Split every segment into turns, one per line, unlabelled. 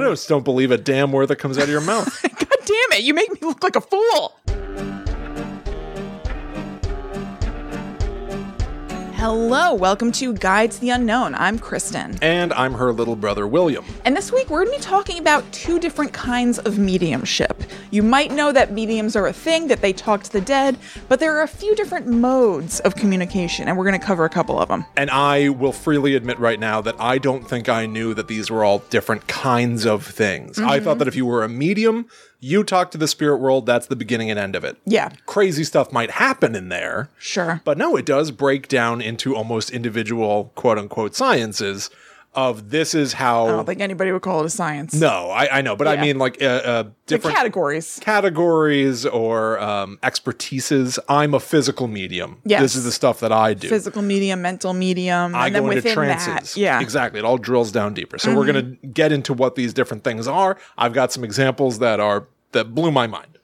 Widows don't believe a damn word that comes out of your mouth.
God damn it. You make me look like a fool. Hello, welcome to Guides to the Unknown. I'm Kristen.
and I'm her little brother, William.
And this week we're going to be talking about two different kinds of mediumship. You might know that mediums are a thing, that they talk to the dead, but there are a few different modes of communication, and we're going to cover a couple of them.
And I will freely admit right now that I don't think I knew that these were all different kinds of things.
Mm-hmm.
I thought that if you were a medium, you talk to the spirit world, that's the beginning and end of it.
Yeah.
Crazy stuff might happen in there.
Sure.
But no, it does break down into almost individual quote unquote sciences of this is
I
how.
don't think anybody would call it a science.
no, I, I know, but I
Yeah.
mean like uh, uh,
The
different
categories.
categories or um, expertises. I'm a physical medium.
Yes.
This is the stuff that I do.
Physical medium, mental medium,
I
and then
go into
within
trances.
that. Yeah. Mm-hmm.
Exactly. It all drills down deeper. So we're going to get into what these different things are. I've got some examples that are that blew my mind.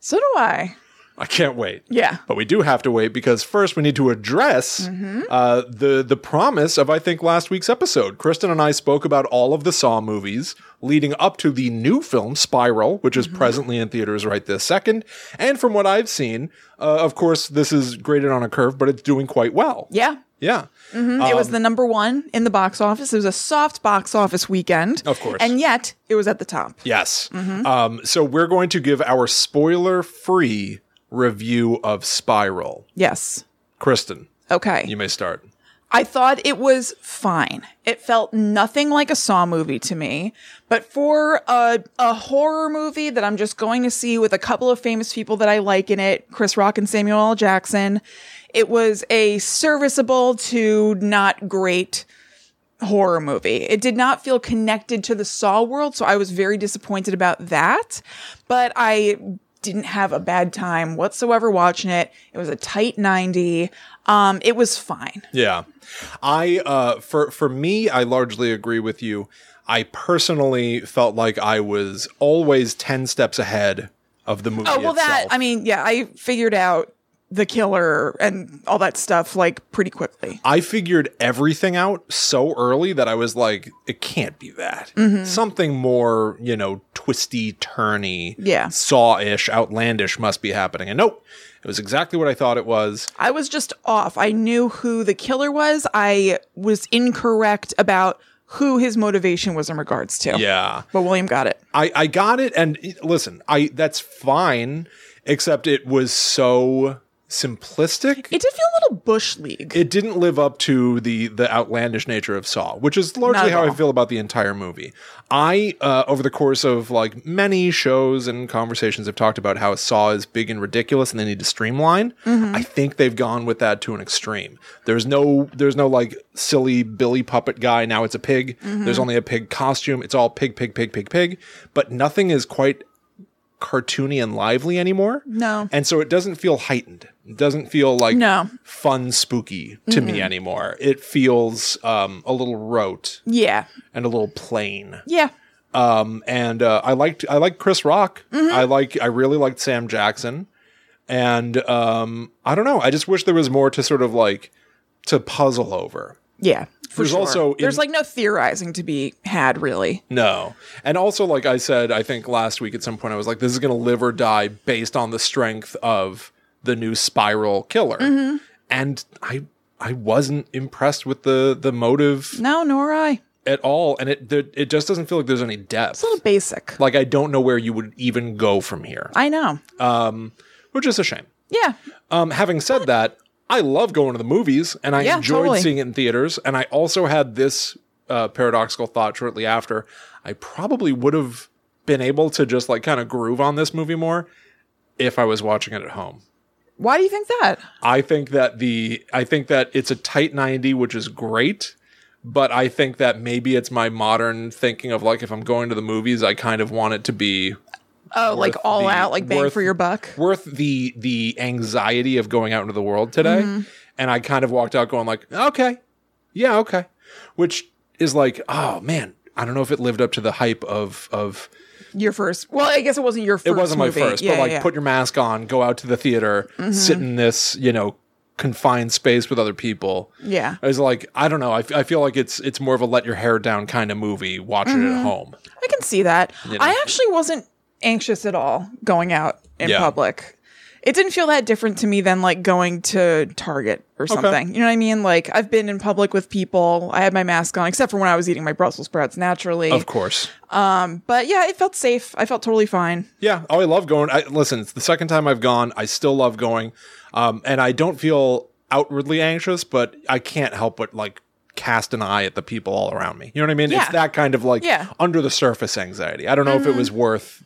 So do I.
I can't wait.
Yeah.
But we do have to wait because first we need to address
Mm-hmm.
uh, the the promise of I think last week's episode. Kristen and I spoke about all of the Saw movies leading up to the new film Spiral, which
Mm-hmm.
is presently in theaters right this second. And from what I've seen, uh, of course, this is graded on a curve, but it's doing quite well.
Yeah. Mm-hmm.
Yeah.
it
Um,
was the number one in the box office. It was a soft box office weekend.
Of course.
And yet it was at the top.
Yes.
Mm-hmm.
Um, so we're going to give our spoiler free review of Spiral.
Yes.
Kristen,
Okay.
you may start.
I thought it was fine. It felt nothing like a Saw movie to me, but for a, a horror movie that I'm just going to see with a couple of famous people that I like in it, Chris Rock and Samuel L. Jackson, it was a serviceable to not great horror movie. It did not feel connected to the Saw world, so I was very disappointed about that, but I didn't have a bad time whatsoever watching it. It was a tight 90. Um, it was fine.
Yeah. I uh for for me I largely agree with you. I personally felt like I was always 10 steps ahead of the movie
Oh well, that
itself.
I mean, yeah, I figured out the killer and all that stuff like pretty quickly.
I figured everything out so early that I was like, it can't be that.
Mm-hmm.
Something more, you know, twisty, turny,
Yeah.
saw-ish, outlandish must be happening. And nope, it was exactly what I thought it was.
I was just off. I knew who the killer was. I was incorrect about who his motivation was in regards to.
Yeah.
but William got it.
I, I got it and it- listen, I that's fine, except it was so simplistic.
It did feel a little bush league.
it didn't live up to the the outlandish nature of Saw, which is largely
at
how I
all.
feel about the entire movie. I uh, over the course of like many shows and conversations have talked about how Saw is big and ridiculous and they need to streamline.
Mm-hmm.
I think they've gone with that to an extreme. There's no there's no like silly Billy puppet guy. Now it's a pig.
Mm-hmm.
There's only a pig costume. It's all pig, pig, pig, pig, pig. But nothing is quite cartoony and lively anymore.
No.
And so it doesn't feel heightened. It doesn't feel like
No.
fun spooky to me anymore. It feels um, a little rote
yeah,
and a little plain.
yeah.
Um, and uh, I liked I like Chris Rock. I like I really liked Sam Jackson. And um, I don't know. I just wish there was more to sort of like to puzzle over.
Yeah. For
There's
sure.
also in-
there's like no theorizing to be had really.
No. And also, like I said, I think last week at some point, I was like, this is going to live or die based on the strength of the new spiral killer. And I. I wasn't impressed with the the motive
No, nor I.
at all, and it there, it just doesn't feel like there's any depth.
A little basic.
Like I don't know where you would even go from here,
I know.
which is a shame.
yeah.
Um, having said that, I love going to the movies and I
Yeah,
enjoyed
totally.
seeing it in theaters. And I also had this uh, paradoxical thought shortly after. I probably would have been able to just like kind of groove on this movie more if I was watching it at home.
Why do you think that?
I think that the I think that it's a tight 90, which is great. But I think that maybe it's my modern thinking of like if I'm going to the movies, I kind of want it to be
Oh, like
Worth
all
the-
out, like bang
worth-
for your buck.
worth the the anxiety of going out into the world today
Mm-hmm.
and i kind of walked out going like okay yeah okay which is like oh man i don't know if it lived up to the hype of of
Your first. Well, I guess it wasn't your first.
it wasn't my
movie.
first
yeah, Mm-hmm.
but like
yeah.
put your mask on go out to the theater sit in this you know confined space with other people.
Yeah.
I was like, I don't know. I, f- I feel like it's it's more of a let your hair down kind of movie. Watching
Mm-hmm.
it at home.
I can see that. I actually wasn't anxious at all going out in
Yeah.
public. It didn't feel that different to me than like going to Target or something. You know what I mean? Like I've been in public with people. I had my mask on, except for when I was eating my Brussels sprouts naturally.
Of course.
But yeah, it felt safe. I felt totally fine.
Yeah. Oh, I love going. I, listen, it's the second time I've gone. I still love going. Um, and I don't feel outwardly anxious, but I can't help but like cast an eye at the people all around me. You know what I mean?
Yeah.
It's that kind of like
Yeah. Mm-hmm.
under the surface anxiety. I don't know if it was worth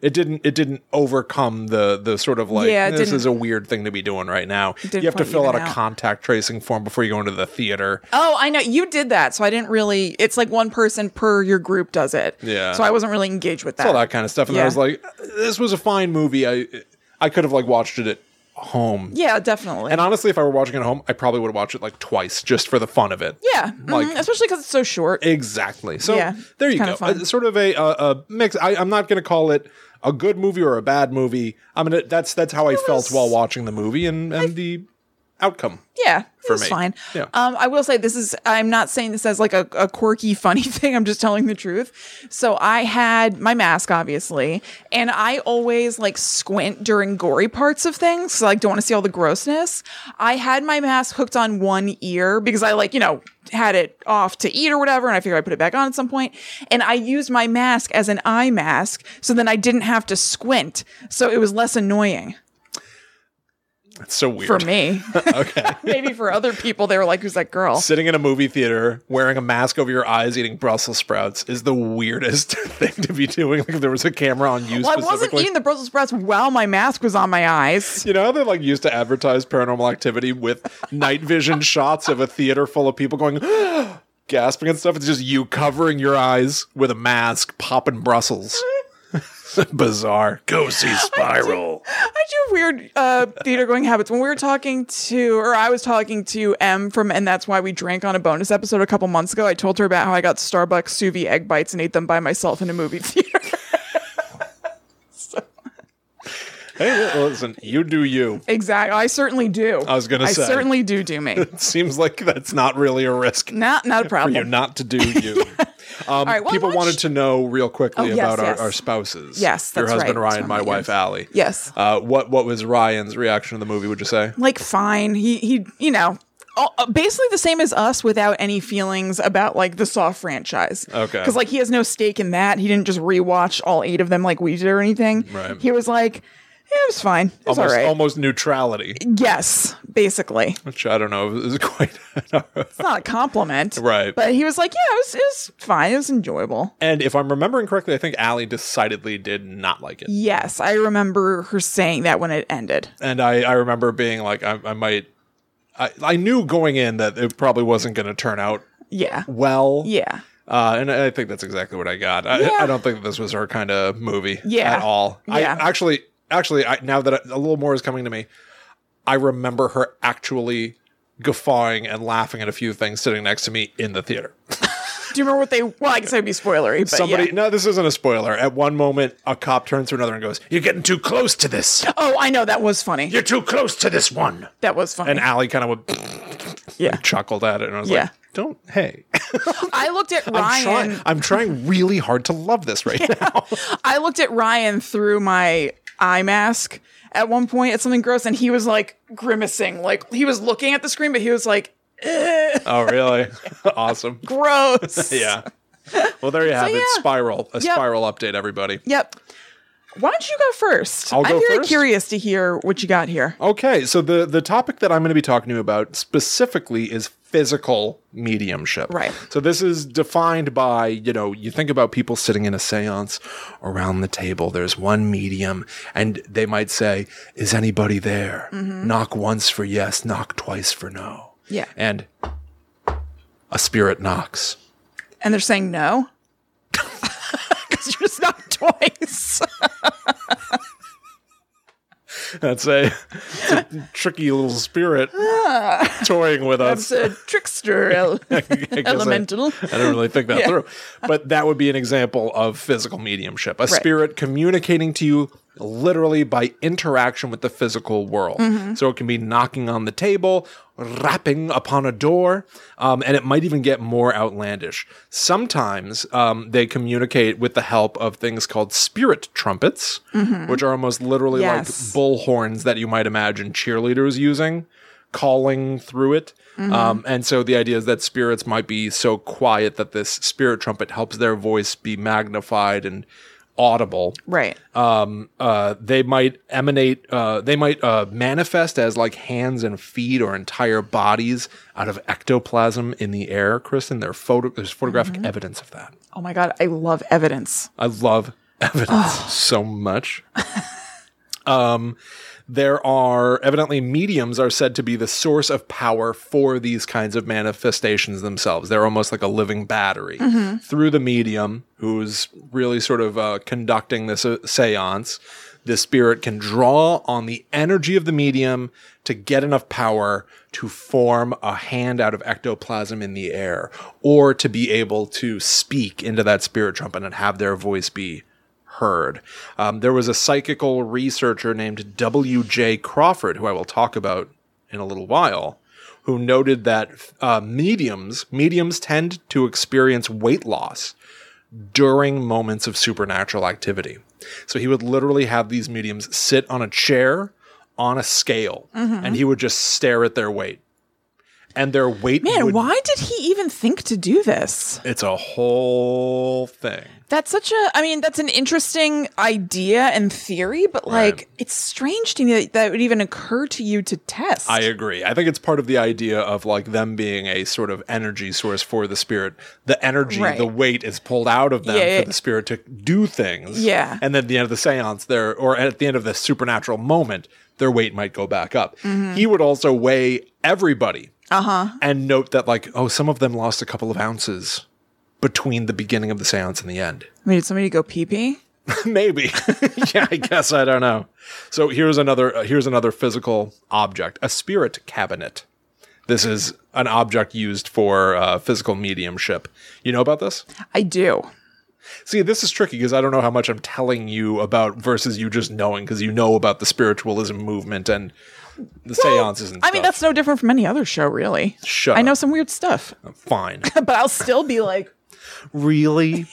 it didn't it didn't overcome the the sort of like
Yeah, it
this
didn't-
is a weird thing to be doing right now. You
didn't
have to
quite
fill out
even
a
out.
contact tracing form before you go into the theater.
Oh, I know you did that, so I didn't really. It's like one person per your group does it.
Yeah.
So I wasn't really engaged with that.
all that kind of stuff. And I
Ah, Yeah.
was like, this was a fine movie. I I could have like watched it at home
yeah, definitely.
And honestly, if I were watching at home, I probably would watch it like twice just for the fun of it.
yeah,
Like-
mhm, especially because it's so short.
Exactly. So
Yeah,
there
it's
you
kinda
go.
fun.
Uh, sort of a, uh a mix. I, I'm not going to call it a good movie or a bad movie. I'm gonna. That's that's how I felt
was-
while watching the movie and and the outcome.
yeah, it was
me.
fine.
Yeah.
Um, I will say this is. I'm not saying this as like a, a quirky, funny thing. I'm just telling the truth. So I had my mask, obviously, and I always like squint during gory parts of things. So like, don't want to see all the grossness. I had my mask hooked on one ear because I like you know had it off to eat or whatever, and I figured I put it back on at some point. And I used my mask as an eye mask, so then I didn't have to squint. So it was less annoying.
It's so weird.
For me. okay. Maybe for other people, they were like, who's that girl?
Sitting in a movie theater wearing a mask over your eyes, eating Brussels sprouts is the weirdest thing to be doing. Like if there was a camera on you
Well, I wasn't
specifically.
eating the Brussels sprouts while my mask was on my eyes.
You know how they like used to advertise paranormal activity with night vision shots of a theater full of people going gasping and stuff? It's just you covering your eyes with a mask, popping Brussels. Bizarre. Go see Spiral.
I do weird uh, theater going habits. When we were talking to, or I was talking to M from, and that's why we drank on a bonus episode a couple months ago. I told her about how I got Starbucks sous vide egg bites and ate them by myself in a movie theater.
Hey, li- listen, you do you.
exactly. I certainly do.
I was gonna say.
I certainly do do me.
It seems like that's not really a risk
not, not a
for you
problem.
not to do you. Um,
right, well,
people
watch-
wanted to know real quickly
Oh, yes,
about
yes.
Our, our spouses.
Yes,
your
that's right.
husband Ryan,
Sorry,
my wife
yes.
Allie.
Yes.
Uh, what what was Ryan's reaction to the movie? Would you say?
like fine he he you know all- uh, basically the same as us without any feelings about like the saw franchise
Okay.
because like he has no stake in that he didn't just rewatch all eight of them like we did or anything
Right.
he was like yeah, it was fine it was
Almost,
all right
almost neutrality.
yes basically
which I don't know is quite
it's not a compliment
Right.
but he was like yeah it was, it was fine it was enjoyable
and if I'm remembering correctly, I think Allie decidedly did not like it,
yes i remember her saying that when it ended
and I, I remember being like, I, I might, I, I knew going in that it probably wasn't going to turn out
yeah
well,
yeah
uh, and I think that's exactly what I got. I,
Yeah.
I don't think this was her kind of movie,
Yeah.
at all.
Yeah.
I actually, actually, I, now that I, a little more is coming to me, I remember her actually guffawing and laughing at a few things sitting next to me in the theater.
do you remember what they well i guess that'd be spoilery but
Somebody,
yeah.
no, this isn't a spoiler. At one moment, a cop turns to another and goes, You're getting too close to this.
oh i know that was funny
You're too close to this one.
that was funny
And Allie kind of would
yeah
chuckled at it. And I was
Yeah.
like, Don't, hey,
I looked at
I'm
Ryan.
trying, I'm trying really hard to love this right now.
I looked at Ryan through my eye mask at one point at something gross, and he was like grimacing. Like he was looking at the screen, but he was like, "Eh,
oh, really? awesome.
gross.
Yeah. Well, there you have it.
yeah.
Spiral, a
Yep.
spiral update, everybody.
Yep. Why don't you go first?
I'll go
I'm very
first?
curious to hear what you got here.
Okay, so the the topic that I'm going to be talking to you about specifically is physical mediumship.
Right.
So this is defined by, you know, you think about people sitting in a séance around the table. There's one medium and they might say, "Is anybody there?" Knock once for yes, knock twice for no.
Mm-hmm. Yeah.
And a spirit knocks.
And they're saying no. Because you're just not twice.
That's a, it's a tricky little spirit
Ah.
toying with us.
It's a trickster el-
I guess I-
elemental.
I don't really think that
Yeah.
through. But that would be an example of physical mediumship. A spirit communicating to you literally by interaction with the physical world.
Mm-hmm.
So it can be knocking on the table, rapping upon a door, um, and it might even get more outlandish. Sometimes um, they communicate with the help of things called spirit trumpets, which are almost literally
Mm-hmm. Yes.
like bullhorns that you might imagine cheerleaders using. Calling through it. Um, and so the idea is that spirits might be so quiet that this spirit trumpet helps their voice be magnified and audible
Right.
um, uh, they might emanate, uh, they might uh, manifest as like hands and feet or entire bodies out of ectoplasm in the air, Kristen. There are photo- there's photographic evidence of that.
Oh my God. I love evidence.
I love evidence so much. um, there are evidently mediums are said to be the source of power for these kinds of manifestations themselves. They're almost like a living battery through the medium who's really sort of uh, conducting this uh, séance. The spirit can draw on the energy of the medium to get enough power to form a hand out of ectoplasm in the air or to be able to speak into that spirit trumpet and have their voice be heard. Um, there was a psychical researcher named W.J. Crawford, who I will talk about in a little while, who noted that uh, mediums mediums tend to experience weight loss during moments of supernatural activity. So he would literally have these mediums sit on a chair on a scale, and he would just stare at their weight. And their weight
Man,
would-
why did he even think to do this?
it's a whole thing.
That's such a, I mean, that's an interesting idea and theory, but like,
Right.
it's strange to me that, that it would even occur to you to test.
I agree. I think it's part of the idea of like them being a sort of energy source for the spirit. The energy,
Right.
the weight is pulled out of them
Yeah, yeah.
for the spirit to do things.
Yeah.
And then at the end of the seance, there or at the end of the supernatural moment, their weight might go back up.
Mm-hmm.
He would also weigh everybody. Uh-huh. And note that like, oh, some of them lost a couple of ounces between the beginning of the seance and the end.
I mean, did somebody go pee pee?
Maybe. yeah, I guess I don't know. So here's another uh, here's another physical object, a spirit cabinet. This is an object used for uh, physical mediumship. You know about this?
I do.
See, this is tricky because I don't know how much I'm telling you about versus you just knowing because you know about the spiritualism movement and the seances and
I
stuff.
mean, that's no different from any other show, really.
Shut
I know
up.
some weird stuff,
fine.
but I'll still be like,
Really?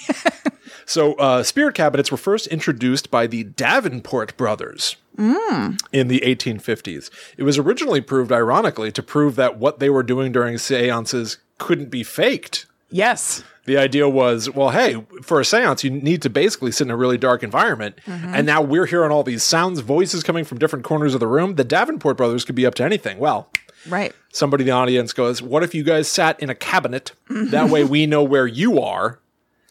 so, uh, spirit cabinets were first introduced by the Davenport brothers in the 1850s. It was originally proved, ironically, to prove that what they were doing during seances couldn't be faked.
yes.
The idea was, well, hey, for a seance, you need to basically sit in a really dark environment. And now we're hearing all these sounds, voices coming from different corners of the room. The Davenport brothers could be up to anything. Well,
Right.
somebody in the audience goes, What if you guys sat in a cabinet? That way we know where you are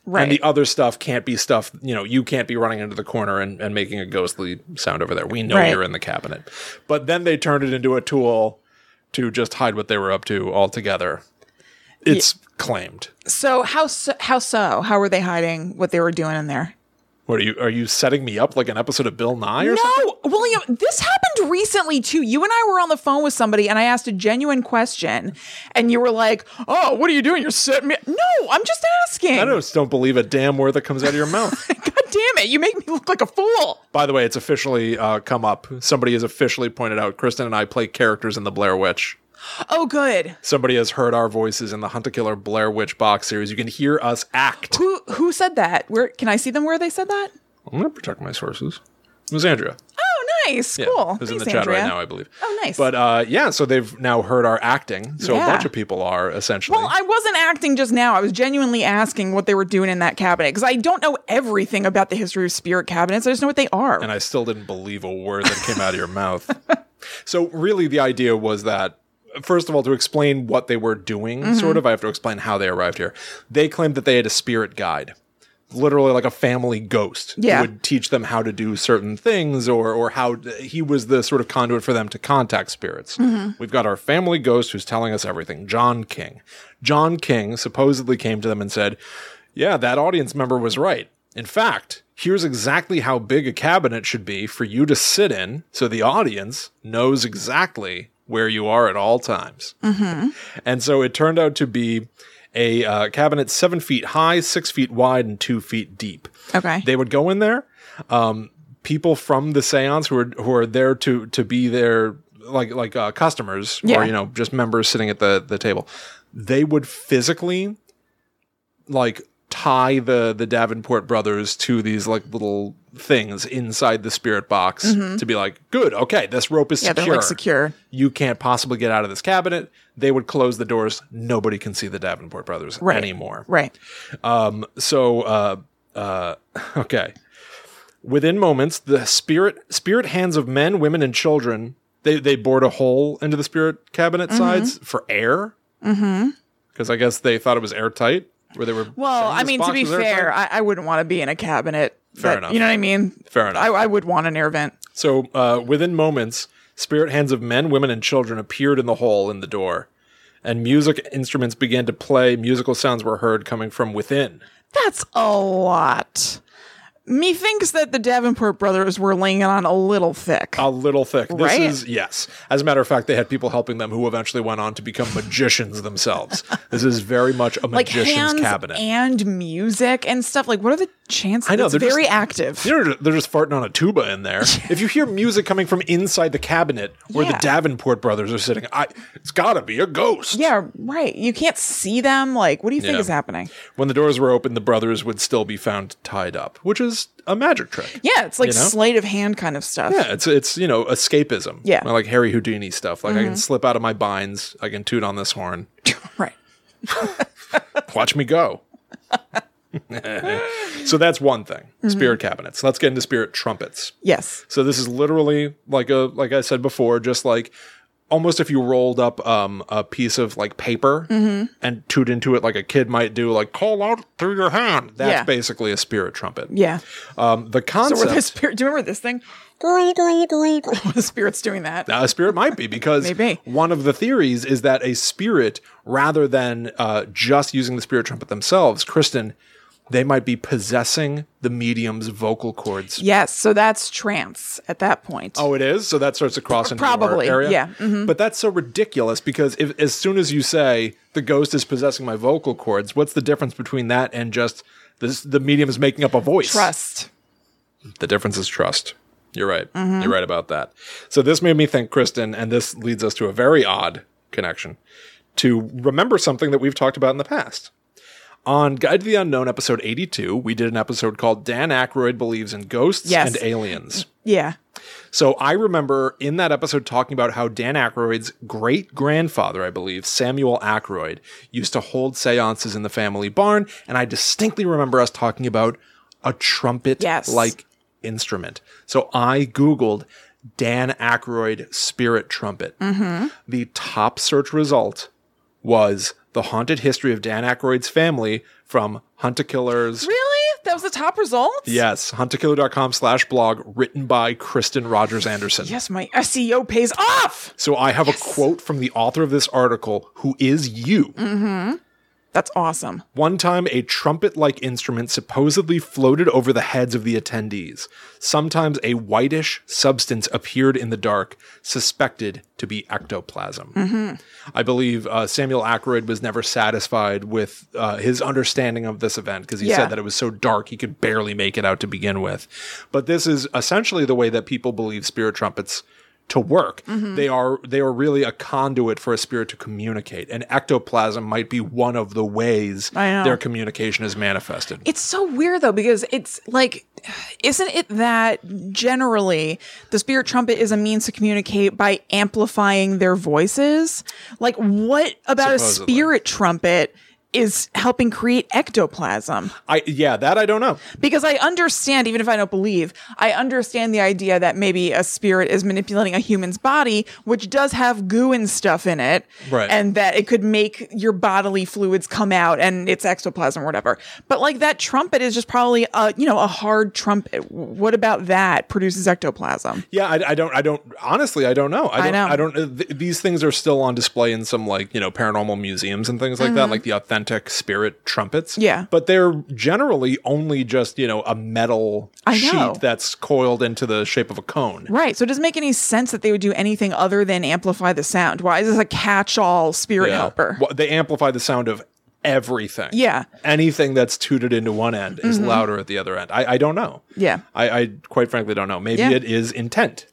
Right.
and the other stuff can't be stuff you know you can't be running into the corner and, and making a ghostly sound over there we know
Right.
you're in the cabinet but then they turned it into a tool to just hide what they were up to altogether it's claimed
so how so, how so? How were they hiding what they were doing in there?
what are you are you setting me up like an episode of bill nye or something
No, William, this happened recently too. You and I were on the phone with somebody and I asked a genuine question and you were like, "Oh, what are you doing? You're sitting me- No, I'm just asking.
i just don't believe a damn word that comes out of your mouth
God damn it. You make me look like a fool.
by the way it's officially uh, come up somebody has officially pointed out kristen and i play characters in the blair witch
Oh, good.
somebody has heard our voices in the hunt a killer blair witch box series you can hear us act
Who who said that? Where can I see them where they said that?
I'm going to protect my sources. It was Andrea.
Oh, nice.
Yeah,
cool.
Who's in
Thanks,
the chat right
Andrea.
now, I believe.
Oh, nice.
But uh, yeah, so they've now heard our acting. So
Yeah.
a bunch of people are essentially.
Well, I wasn't acting just now. I was genuinely asking what they were doing in that cabinet because I don't know everything about the history of spirit cabinets. I just know what they are.
and I still didn't believe a word that came out of your mouth. So really, the idea was that. First of all, to explain what they were doing,
Mm-hmm.
sort of, I have to explain how they arrived here. They claimed that they had a spirit guide, literally like a family ghost,
Yeah.
who would teach them how to do certain things, or or how he was the sort of conduit for them to contact spirits. We've got our family ghost who's telling us everything, John King. John King supposedly came to them and said, "Yeah, that audience member was right. In fact, here's exactly how big a cabinet should be for you to sit in, so the audience knows exactly." Where you are at all times. And so it turned out to be a uh, cabinet seven feet high, six feet wide, and two feet deep.
okay.
They would go in there. Um, people from the seance who are who are there to to be their like like uh, customers
Yeah.
or you know just members sitting at the the table they would physically like tie the the davenport brothers to these like little things inside the spirit box to be like good okay this rope is
Mm-hmm. Yeah, they're
secure.
like secure.
you can't possibly get out of this cabinet they would close the doors nobody can see the davenport brothers
Right.
anymore
Right.
so uh uh okay within moments the spirit spirit hands of men women and children they they bored a hole into the spirit cabinet
Mm-hmm.
sides for air mm-hmm because i guess they thought it was airtight where they were
Well,
saying
I
this
mean,
box
to be
was airtight.
fair, I, I wouldn't want to be in a cabinet.
Fair
that-
enough.
You know what I mean?
Fair enough.
I, I would want an air vent.
So uh, within moments, spirit hands of men, women, and children appeared in the hole in the door, and music instruments began to play. Musical sounds were heard coming from within.
That's a lot. Methinks that the Davenport brothers were laying it on a little thick.
A little thick. This
Right?
is yes. As a matter of fact, they had people helping them who eventually went on to become magicians themselves. This is very much a
like
magician's
hands
cabinet.
and music and stuff. Like, what are the chances?
I know,
It's
they're
very
just-
active.
You know, they're just farting on a tuba in there. if you hear music coming from inside the cabinet where the
Yeah.
Davenport brothers are sitting, I, it's got to be a ghost.
Yeah, right. You can't see them. Like, what do you think
Yeah.
is happening?
When the doors were open, the brothers would still be found tied up, which is a magic trick.
Yeah, it's like
You know?
sleight of hand kind of stuff.
Yeah, it's it's you know escapism.
Yeah. Mm-hmm.
like Harry Houdini stuff. Like I can slip out of my binds. I can toot on this horn.
Right.
Watch me go. so that's one thing.
Mm-hmm.
Spirit cabinets. Let's get into spirit trumpets.
Yes.
So this is literally like a like I said before, just like almost if you rolled up um, a piece of like paper
Mm-hmm.
and toot into it like a kid might do, like call out through your hand. That's
Yeah.
basically a spirit trumpet.
Yeah.
Um, the
So were the
concept.
spirit? Do you remember this thing? the spirit's doing that.
a spirit might be because
Maybe.
one of the theories is that a spirit, rather than uh, just using the spirit trumpet themselves, Kristen, they might be possessing the medium's vocal cords.
Yes. So that's trance at that point.
Oh, it is. So that starts to cross into
Probably,
your area.
yeah. Mm-hmm.
But that's so ridiculous because if, as soon as you say the ghost is possessing my vocal cords, what's the difference between that and just this, the medium is making up a voice?
Trust.
The difference is trust. You're right. You're right about that. So this made me think, Kristen, and this leads us to a very odd connection to remember something that we've talked about in the past. On Guide to the Unknown, episode 82, we did an episode called Dan Aykroyd Believes in Ghosts
Yes.
and Aliens.
Yeah.
So I remember in that episode talking about how Dan Aykroyd's great grandfather, I believe, Samuel Aykroyd, used to hold seances in the family barn. And I distinctly remember us talking about a trumpet like instrument. So I Googled Dan Aykroyd spirit trumpet. The top search result was the haunted history of Dan Aykroyd's family from Hunter Killers.
Really? That was the top results?
Yes, hunterkiller.com slash blog written by Kristen Rogers Anderson.
Yes, my SEO pays off.
So I have a quote from the author of this article, who is you.
That's awesome.
One time, a trumpet like instrument supposedly floated over the heads of the attendees. Sometimes a whitish substance appeared in the dark, suspected to be ectoplasm. I believe uh, Samuel Ackroyd was never satisfied with uh, his understanding of this event because he
Yeah.
said that it was so dark he could barely make it out to begin with. But this is essentially the way that people believe spirit trumpets to work. They are they are really a conduit for a spirit to communicate, and ectoplasm might be one of the ways
I know.
their communication is manifested.
It's so weird though, because it's like, isn't it that generally the spirit trumpet is a means to communicate by amplifying their voices? Like, what about
Supposedly.
a spirit trumpet is helping create ectoplasm?
I yeah, that I don't know.
Because I understand, even if I don't believe, I understand the idea that maybe a spirit is manipulating a human's body, which does have goo and stuff in it,
Right.
and that it could make your bodily fluids come out and it's ectoplasm or whatever. But like that trumpet is just probably a you know a hard trumpet. What about that produces ectoplasm?
Yeah, I, I don't. I don't. Honestly, I don't know. I don't. I,
know.
don't. uh, Th- these things are still on display in some like you know paranormal museums and things like that, like the authentic spirit trumpets.
Mm-hmm. Yeah.
but they're generally only just you know a metal
I know.
sheet that's coiled into the shape of a cone.
Right. So it doesn't make any sense that they would do anything other than amplify the sound. Why is this a catch-all spirit
Yeah.
helper?
Well, they amplify the sound of everything.
Yeah. Mm-hmm.
Anything that's tooted into one end is louder at the other end. I, I don't know.
Yeah.
I, I quite frankly don't know. Maybe
Yeah.
it is intent.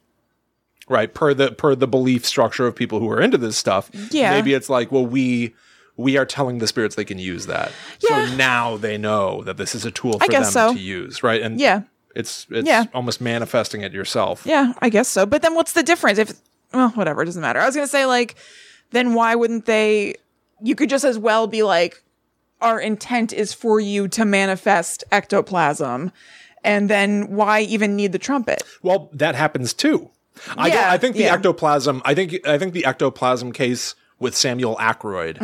Right. Per the per the belief structure of people who are into this stuff.
Yeah.
Maybe it's like, well, we we are telling the spirits they can use that.
Yeah.
So now they know that this is a tool for
guess
them
so.
to use. Right. And
Yeah.
It's it's
Yeah.
almost manifesting it yourself.
Yeah, I guess so. But then what's the difference? If well, whatever, it doesn't matter. I was gonna say like, then why wouldn't they? You could just as well be like, our intent is for you to manifest ectoplasm, and then why even need the trumpet?
Well, that happens too. I, don't-
Yeah,
I think the
yeah.
ectoplasm. I think I think the ectoplasm case with Samuel Ackroyd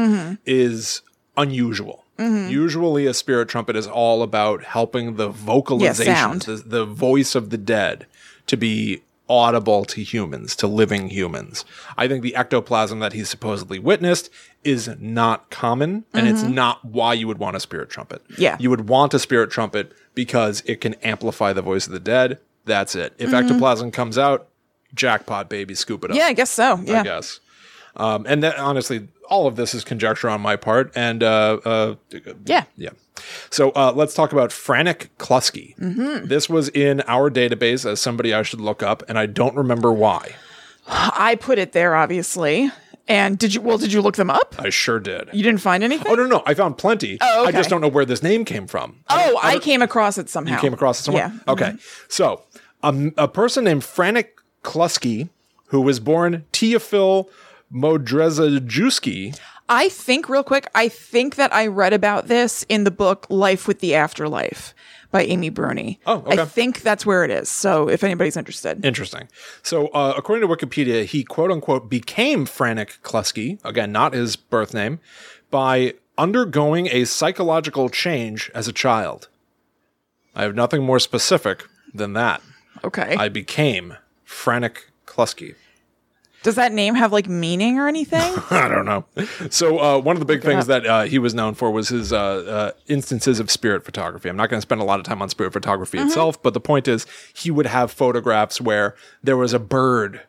is unusual. Usually, a spirit trumpet is all about helping the vocalizations,
Mm-hmm. sound.
the, the voice of the dead, to be audible to humans, to living humans. I think the ectoplasm that he supposedly witnessed is not common, and it's not why you would want a spirit trumpet.
Mm-hmm. Yeah.
you would want a spirit trumpet because it can amplify the voice of the dead. That's it. If ectoplasm comes out, jackpot, baby, scoop it up.
Mm-hmm. Yeah, I guess so. Yeah,
I guess. Um, and that, honestly, all of this is conjecture on my part. And uh, uh,
yeah.
yeah. So uh, let's talk about Frantic Klusky.
Mm-hmm.
This was in our database as somebody I should look up, and I don't remember why.
I put it there, obviously. And did you? Well, did you look them up?
I sure did.
You didn't find anything.
Oh, no, no. I found plenty.
Oh,
I
okay.
just don't know where this name came from.
Oh, I, came across it somehow.
came across it somewhere?
Yeah. Mm-hmm.
Okay. So, um, a person named Frantic Klusky, who was born Teofil Modrzejewski.
I think, real quick, I think that I read about this in the book Life with the Afterlife by Amy Brony.
Oh, okay.
I think that's where it is. So if anybody's interested.
Interesting. So, uh, according to Wikipedia, he quote unquote became Frantic Klusky, again, not his birth name, by undergoing a psychological change as a child. I have nothing more specific than that.
Okay.
I became Frantic Klusky.
Does that name have like meaning or anything?
I don't know. So uh, one of the big things that uh, he was known for was his uh, uh, instances of spirit photography. I'm not going to spend a lot of time on spirit photography itself, but the point is he would have photographs where there was a bird.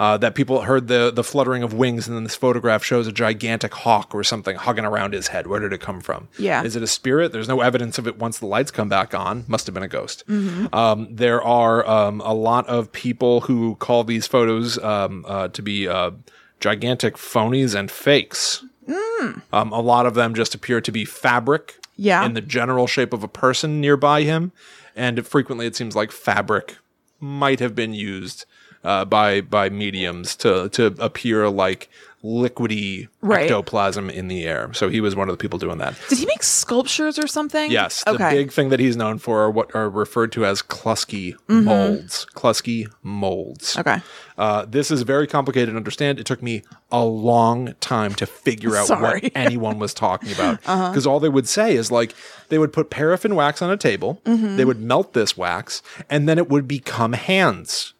Uh, that people heard the the fluttering of wings, and then this photograph shows a gigantic hawk or something hugging around his head. Where did it come from?
Yeah.
is it a spirit? There's no evidence of it once the lights come back on. Must have been a ghost.
Mm-hmm.
Um, there are um, a lot of people who call these photos um, uh, to be uh, gigantic phonies and fakes. Um, a lot of them just appear to be fabric
Mm. Yeah.
in the general shape of a person nearby him. And frequently it seems like fabric might have been used uh, by by mediums to to appear like liquidy
Right.
ectoplasm in the air. So he was one of the people doing that.
Did he make sculptures or something?
Yes. The
Okay.
big thing that he's known for are what are referred to as Klusky
Mm-hmm.
molds. Klusky molds.
Okay.
Uh, this is very complicated to understand. It took me a long time to figure out what
Sorry. Uh-huh.
anyone was talking about. Because all they would say is like, they would put paraffin wax on a table,
Mm-hmm.
they would melt this wax, and then it would become hands.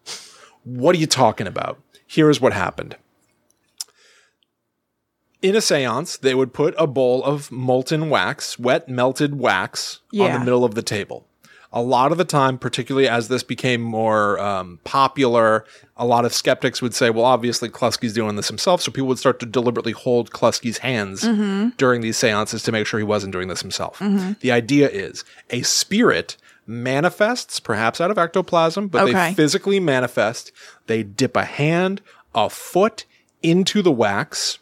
What are you talking about? Here is what happened. In a seance, they would put a bowl of molten wax, wet melted wax, on the
Yeah.
middle of the table. A lot of the time, particularly as this became more um, popular, a lot of skeptics would say, well, obviously Klusky's doing this himself. So people would start to deliberately hold Klusky's hands during these seances to make sure he wasn't doing this himself. The idea is a spirit manifests, perhaps out of ectoplasm, but they
Okay.
physically manifest. They dip a hand, a foot into the wax.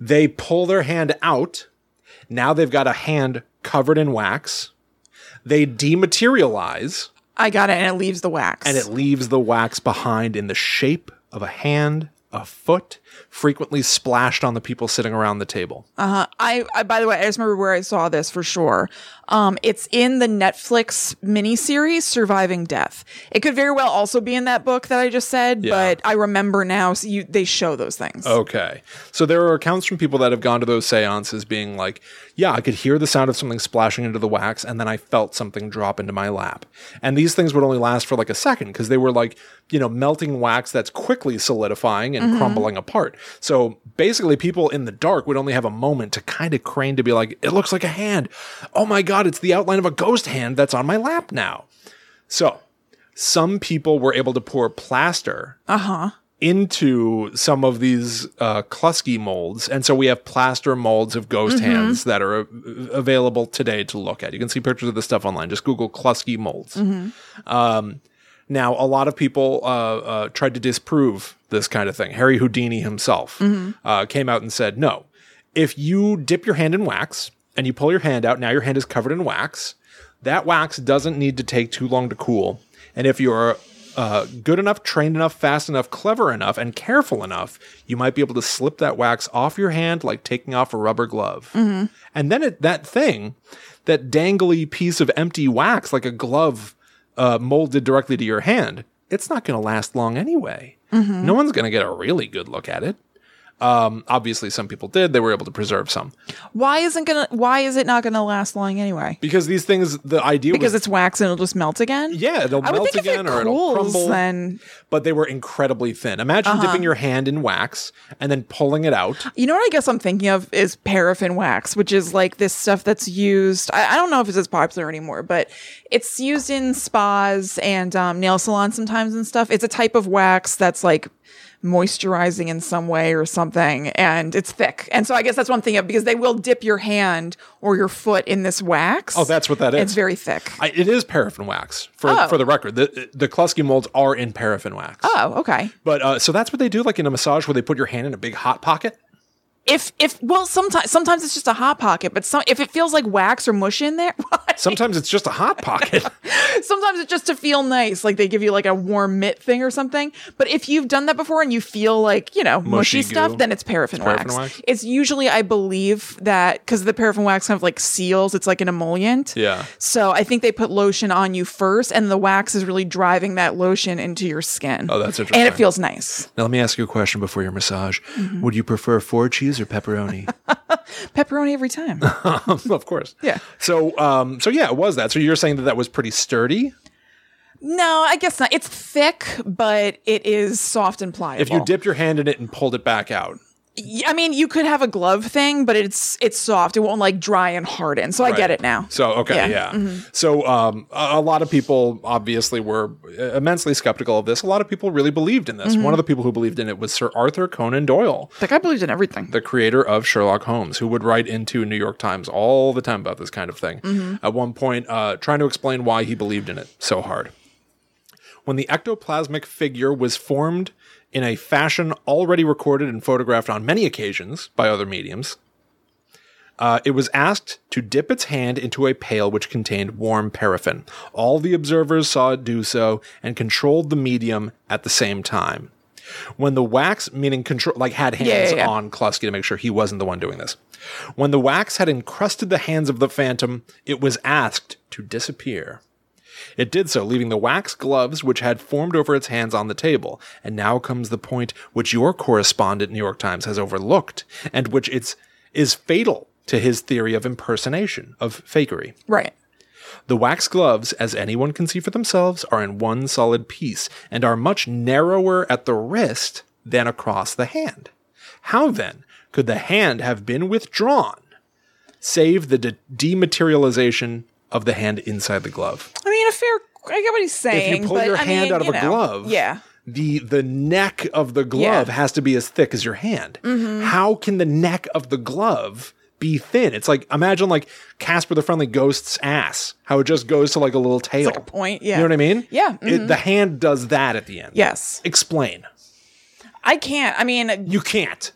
They pull their hand out. Now they've got a hand covered in wax. They dematerialize
I got it. And it leaves the wax.
and it leaves the wax behind in the shape of a hand, a foot, frequently splashed on the people sitting around the table.
Uh, I, I, by the way, I just remember where I saw this for sure. Um, it's in the Netflix miniseries Surviving Death. It could very well also be in that book that I just said, but I remember now. So you, they show those things.
Okay. So there are accounts from people that have gone to those seances being like, yeah, I could hear the sound of something splashing into the wax, and then I felt something drop into my lap. And these things would only last for like a second because they were like, you know, melting wax that's quickly solidifying and crumbling apart. So basically, people in the dark would only have a moment to kind of crane to be like, it looks like a hand. Oh my God, it's the outline of a ghost hand that's on my lap now. So some people were able to pour plaster into some of these uh, Klusky molds. And so we have plaster molds of ghost hands that are uh, available today to look at. You can see pictures of this stuff online. Just Google Klusky molds. Now, a lot of people uh, uh, tried to disprove this kind of thing. Harry Houdini himself uh, came out and said, no, if you dip your hand in wax and you pull your hand out, now your hand is covered in wax. That wax doesn't need to take too long to cool. And if you're uh, good enough, trained enough, fast enough, clever enough, and careful enough, you might be able to slip that wax off your hand like taking off a rubber glove. And then it, that thing, that dangly piece of empty wax like a glove uh, molded directly to your hand, it's not going to last long anyway.
Mm-hmm.
No one's going to get a really good look at it. Um, obviously, some people did. They were able to preserve some
Why isn't gonna? Why is it not gonna last long anyway?
because these things. The idea
Because
was,
it's wax and it'll just melt again.
yeah, it'll
I would
melt
think
again
if
or
it
it'll
cools,
crumble.
then Uh-huh.
But they were incredibly thin. Imagine dipping your hand in wax and then pulling it out.
You know what I guess I'm thinking of is paraffin wax, which is like this stuff that's used. I, I don't know if it's as popular anymore, but it's used in spas and um, nail salons sometimes and stuff. It's a type of wax that's like moisturizing in some way or something, and it's thick. And so I guess that's one thing of because they will dip your hand or your foot in this wax.
Oh, that's what that is.
It's very thick.
I, it is paraffin wax for
Oh.
for the record. The the Klusky molds are in paraffin wax.
oh, okay.
But uh, so that's what they do, like in a massage, where they put your hand in a big hot pocket.
If if well, sometimes sometimes it's just a hot pocket, but some if it feels like wax or mush in there.
Sometimes it's just a hot pocket.
Sometimes it's just to feel nice, like they give you like a warm mitt thing or something. But if you've done that before and you feel like you know mushy,
Mushy
stuff,
goo.
then it's paraffin,
paraffin
wax.
wax?
It's usually, I believe, that because the paraffin wax kind of like seals, it's like an emollient.
Yeah.
So I think they put lotion on you first, and the wax is really driving that lotion into your skin.
Oh, that's
And
interesting.
it feels nice.
now let me ask you a question before your massage.
Mm-hmm.
Would you prefer four cheese or pepperoni?
Pepperoni every time.
of course.
Yeah.
So um so yeah, it was that. So you're saying that that was pretty sturdy.
no, I guess not. It's thick, but it is soft and pliable.
If you dipped your hand in it and pulled it back out.
Yeah, I mean, you could have a glove thing, but it's it's soft. It won't like dry and harden. So I
Right.
get it now.
So okay,
Yeah. Mm-hmm.
yeah. So um, a, a lot of people obviously were immensely skeptical of this. A lot of people really believed in
Mm-hmm.
this. One of the people who believed in it was Sir Arthur Conan Doyle,
Like I believed in everything.
the creator of Sherlock Holmes, who would write into New York Times all the time about this kind of thing.
Mm-hmm.
At one point, uh, trying to explain why he believed in it so hard. When the ectoplasmic figure was formed in a fashion already recorded and photographed on many occasions by other mediums, uh, it was asked to dip its hand into a pail which contained warm paraffin. All the observers saw it do so and controlled the medium at the same time. When the wax, meaning control, like had hands
yeah, yeah.
on Klusky to make sure he wasn't the one doing this. When the wax had encrusted the hands of the phantom, it was asked to disappear. It did so, leaving the wax gloves which had formed over its hands on the table. And now comes the point which your correspondent New York Times has overlooked, and which it's is fatal to his theory of impersonation, of fakery.
Right.
The wax gloves, as anyone can see for themselves, are in one solid piece and are much narrower at the wrist than across the hand. How then could the hand have been withdrawn, save the de- dematerialization of the hand inside the glove?
I mean, a fair. I get what he's saying.
if you pull
but,
your
I
hand
mean,
out of
you
a
know,
glove,
Yeah.
the the neck of the glove
Yeah. Mm-hmm.
has to be as thick as your hand. How can the neck of the glove be thin? It's like imagine like Casper the Friendly Ghost's ass, how it just goes to like a little tail
point, yeah.
you know what I mean.
Yeah, mm-hmm.
It- the hand does that at the end.
Yes.
explain.
I can't. I mean,
You can't.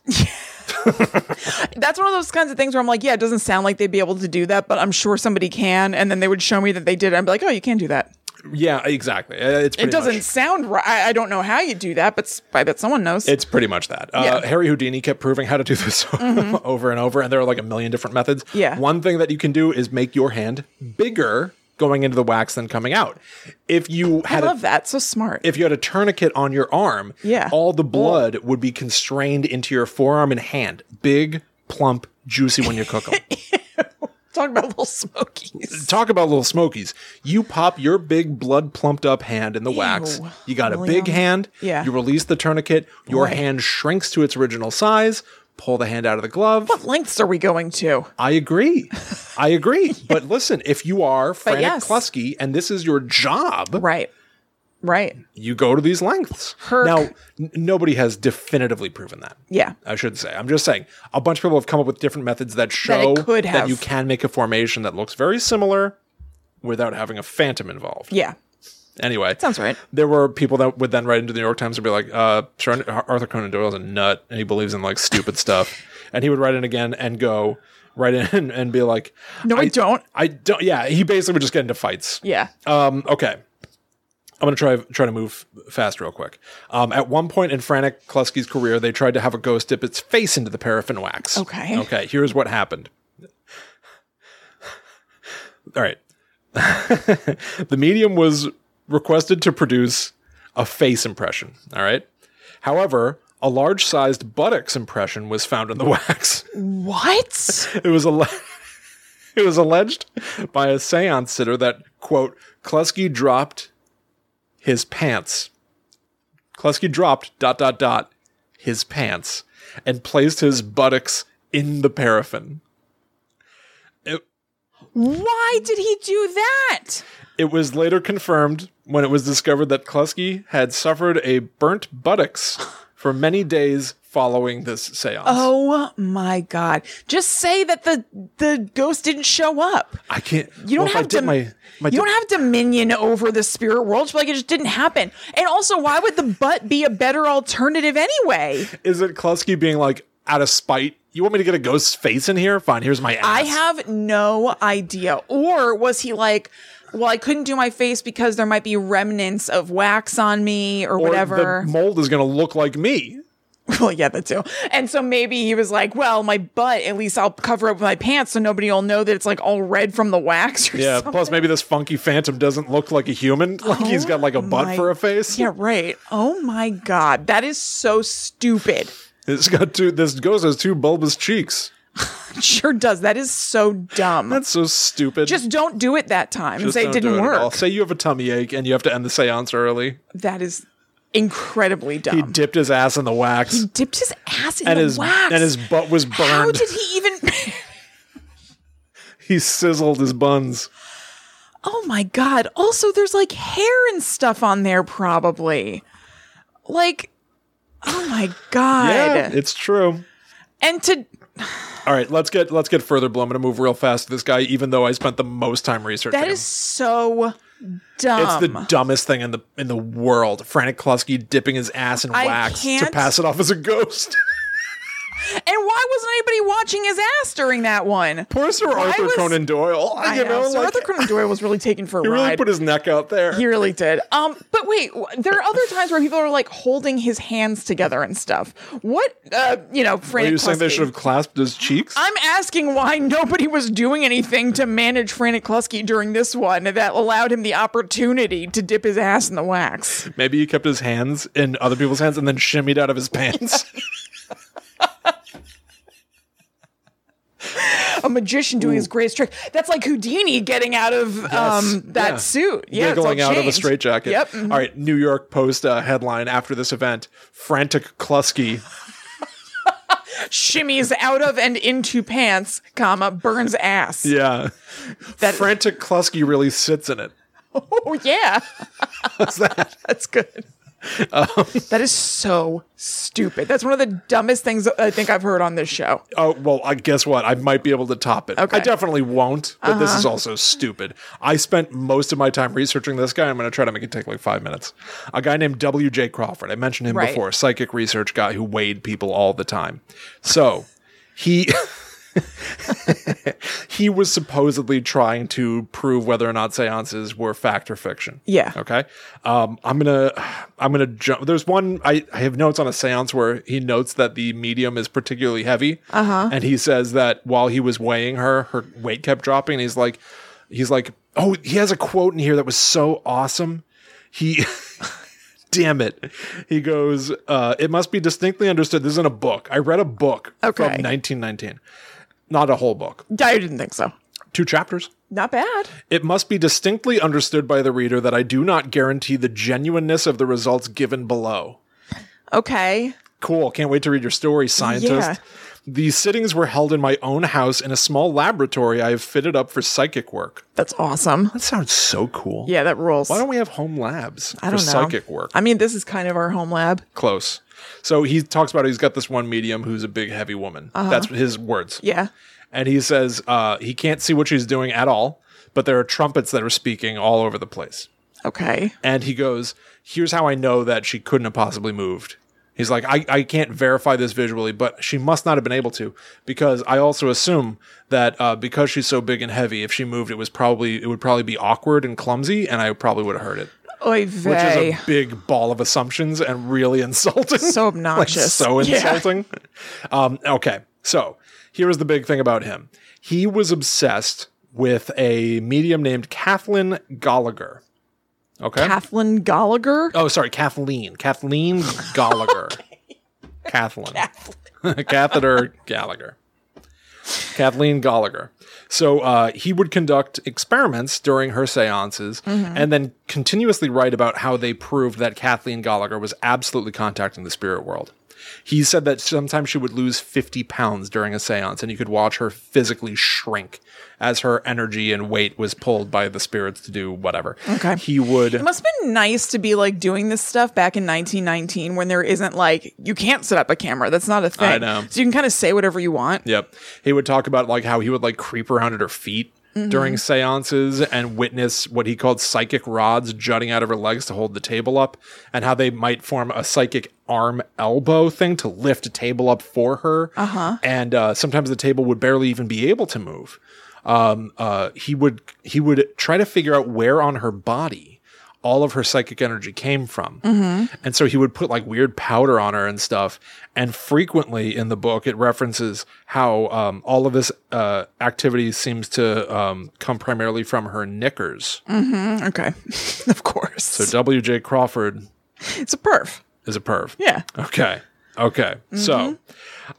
that's one of those kinds of things where I'm like, yeah, it doesn't sound like they'd be able to do that, but I'm sure somebody can. And then they would show me that they did. it. I'd be like, oh, you can do that.
yeah, exactly. Uh, It's pretty
it doesn't
much-
sound right. I, I don't know how you do that, but s- I bet someone knows.
It's pretty much that. Uh,
Yeah. Mm-hmm.
Harry Houdini kept proving how to do this over and over, and there are like a million different methods.
Yeah.
One thing that you can do is make your hand bigger going into the wax than coming out. If you
I
had a,
love that. So smart.
if you had a tourniquet on your arm,
Yeah.
all the blood would be constrained into your forearm and hand. Big, plump, juicy when you cook them.
Talk about little smokies.
Talk about little smokies. You pop your big blood plumped up hand in the wax.
Ew,
You got a
William.
big hand.
Yeah.
You release the tourniquet. Your hand shrinks to its original size. Pull the hand out of the glove.
What lengths are we going to?
I agree. I agree. But listen, if you are Frank
yes.
Klusky and this is your job,
Right. Right.
you go to these lengths.
Herc.
Now, n- nobody has definitively proven that.
Yeah.
I should say. I'm just saying a bunch of people have come up with different methods that
That it
show
could have.
you can make a formation that looks very similar without having a phantom involved.
Yeah.
Anyway,
Sounds right.
there were people that would then write into the New York Times and be like, uh, Sir Arthur Conan Doyle's a nut and he believes in like stupid stuff. And he would write in again and go right in and be like,
No, I, don't.
I don't. Yeah, he basically would just get into fights.
Yeah.
Um, okay. I'm gonna try try to move fast real quick. Um, at one point in Frantic Klusky's career, they tried to have a ghost dip its face into the paraffin wax.
Okay.
Okay, here's what happened. All right. the medium was requested to produce a face impression. All right. However, a large sized buttocks impression was found in the wax.
what?
It was a. It was alleged by a seance sitter that, quote, Klusky dropped his pants. Klusky dropped, dot, dot, dot, his pants and placed his buttocks in the paraffin. It,
Why did he do that?
it was later confirmed when it was discovered that Klusky had suffered a burnt buttocks for many days following this seance.
Oh my god. Just say that the the ghost didn't show up.
I can't.
You don't
well, if I
have
dip
dom-
my, my
You
dip-
don't have dominion over the spirit world. Like it just didn't happen. And also, why would the butt be a better alternative anyway?
Is it Klusky being like out of spite? You want me to get a ghost's face in here? Fine, here's my ass.
I have no idea. Or was he like, well, I couldn't do my face because there might be remnants of wax on me or,
Or
whatever.
The mold is going to look like me.
well, yeah, that too. And so maybe he was like, well, my butt, at least I'll cover up with my pants so nobody will know that it's like all red from the wax or
Yeah.
something.
Plus, maybe this funky phantom doesn't look like a human. Like he's got like a butt
Oh my-
for a face.
Yeah, right. Oh my God. That is so stupid.
It's got two. This ghost has two bulbous cheeks.
Sure does. That is so dumb.
That's so stupid.
Just don't do it that time and
Just
say it
don't do
didn't
at all.
work.
Say you have a tummy ache and you have to end the seance early.
That is incredibly dumb.
He dipped his ass in the wax,
Um, dipped his ass in
and
the
his
wax.
and his butt was
How
burned.
did he even?
he sizzled his buns.
Oh my god! Also, there's like hair and stuff on there, probably. Like, oh my god!
Yeah, it's true.
and to
All right, let's get let's get further. Blum, I'm gonna move real fast to this guy, even though I spent the most time researching.
that
him.
is so dumb.
it's the dumbest thing in the in the world. Frantic Klusky dipping his ass in
I
wax to
can't-
pass it off as a ghost.
and why wasn't anybody watching his ass during that one?
Poor Sir Arthur
was-
Conan Doyle. I,
I
you
know.
know,
Sir
like,
Arthur Conan Doyle was really taken for a
he
ride.
really put his neck out there.
He really did. Um, but wait, w- there are other times where people are like holding his hands together and stuff. What, uh, you know,
Are
Frantic
you saying they
Klusky.
should have clasped his cheeks?
I'm asking why nobody was doing anything to manage Frantic Klusky during this one that allowed him the opportunity to dip his ass in the wax.
Maybe he kept his hands in other people's hands and then shimmied out of his pants.
A magician doing his greatest trick. That's like Houdini getting out of um, that
yeah.
suit. Yeah, it's all
giggling out of a
changed.
straitjacket.
Yep. mm-hmm.
All right, New York Post uh, headline after this event: Frantic Klusky
Shimmies out of and into pants, comma, burns ass.
Yeah.
That-
Frantic Klusky really sits in it.
Oh, yeah.
What's that? Um,
That's good. that is so stupid. That's one of the dumbest things I think I've heard on this show.
Oh, well, I guess what? I might be able to top it.
Okay. Uh-huh.
I definitely won't, but this is also stupid. I spent most of my time researching this guy. I'm going to try to make it take like five minutes. A guy named W.J. Crawford. I mentioned him
Right.
before, psychic research guy who weighed people all the time. So he. he was supposedly trying to prove whether or not seances were fact or fiction.
Yeah.
Okay. Um, I'm gonna I'm gonna jump. There's one I, I have notes on a seance where he notes that the medium is particularly heavy. Uh-huh. And he says that while he was weighing her, her weight kept dropping. And he's like, he's like, oh, he has a quote in here that was so awesome. He damn it. He goes, uh, it must be distinctly understood. This is in a book. I read a book from
Okay.
1919. Not a whole book.
I didn't think so.
Two chapters.
Not bad.
It must be distinctly understood by the reader that I do not guarantee the genuineness of the results given below.
Okay.
Cool. Can't wait to read your story, scientist. These sittings were held in my own house in a small laboratory I have fitted up for psychic work.
That's awesome.
That sounds so cool.
Yeah, that rules.
Why don't we have home labs
I
for
don't know.
psychic work?
I mean, this is kind of our home lab.
Close. So he talks about he's got this one medium who's a big, heavy woman.
Uh-huh.
That's his words.
Yeah.
And he says uh, he can't see what she's doing at all, but there are trumpets that are speaking all over the place.
Okay.
And he goes, Here's how I know that she couldn't have possibly moved. He's like, I, I can't verify this visually, but she must not have been able to because I also assume that uh, because she's so big and heavy, if she moved, it was probably it would probably be awkward and clumsy, and I probably would have heard it.
Oy
Which
vey.
is a big ball of assumptions and really insulting.
so
Like,
obnoxious.
so
Yeah.
insulting. Um, okay, so here is the big thing about him. He was obsessed with a medium named Kathleen Gallagher. Okay.
Kathleen Gallagher.
oh, sorry, Kathleen. Kathleen Gallagher. Kathleen. Catheter Gallagher. Kathleen Gallagher. So uh, he would conduct experiments during her seances
Mm-hmm.
and then continuously write about how they proved that Kathleen Gallagher was absolutely contacting the spirit world. He said that sometimes she would lose 50 pounds during a seance and you could watch her physically shrink as her energy and weight was pulled by the spirits to do whatever.
Okay.
He would.
It must have been nice to be like doing this stuff back in 1919 when there isn't like you can't set up a camera. That's not a thing.
I know.
So you can kind of say whatever you want.
Yep. He would talk about like how he would like creep around at her feet during seances and witness what he called psychic rods jutting out of her legs to hold the table up and how they might form a psychic arm elbow thing to lift a table up for her. Uh-huh. And uh, sometimes the table would barely even be able to move. Um, uh, he would he would try to figure out where on her body all of her psychic energy came from. And so he would put like weird powder on her and stuff. And frequently in the book, it references how um, all of this uh, activity seems to um, come primarily from her knickers.
Okay. of course.
So W.J. Crawford
it's a perf.
is a perv.
Yeah.
Okay. Okay. So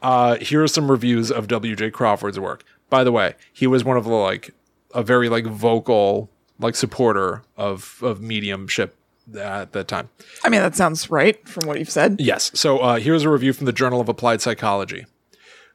uh, here are some reviews of W.J. Crawford's work. By the way, he was one of the like a very like vocal like supporter of of mediumship at that time.
I mean, that sounds right from what you've said.
Yes. So uh, here's a review from the Journal of Applied Psychology.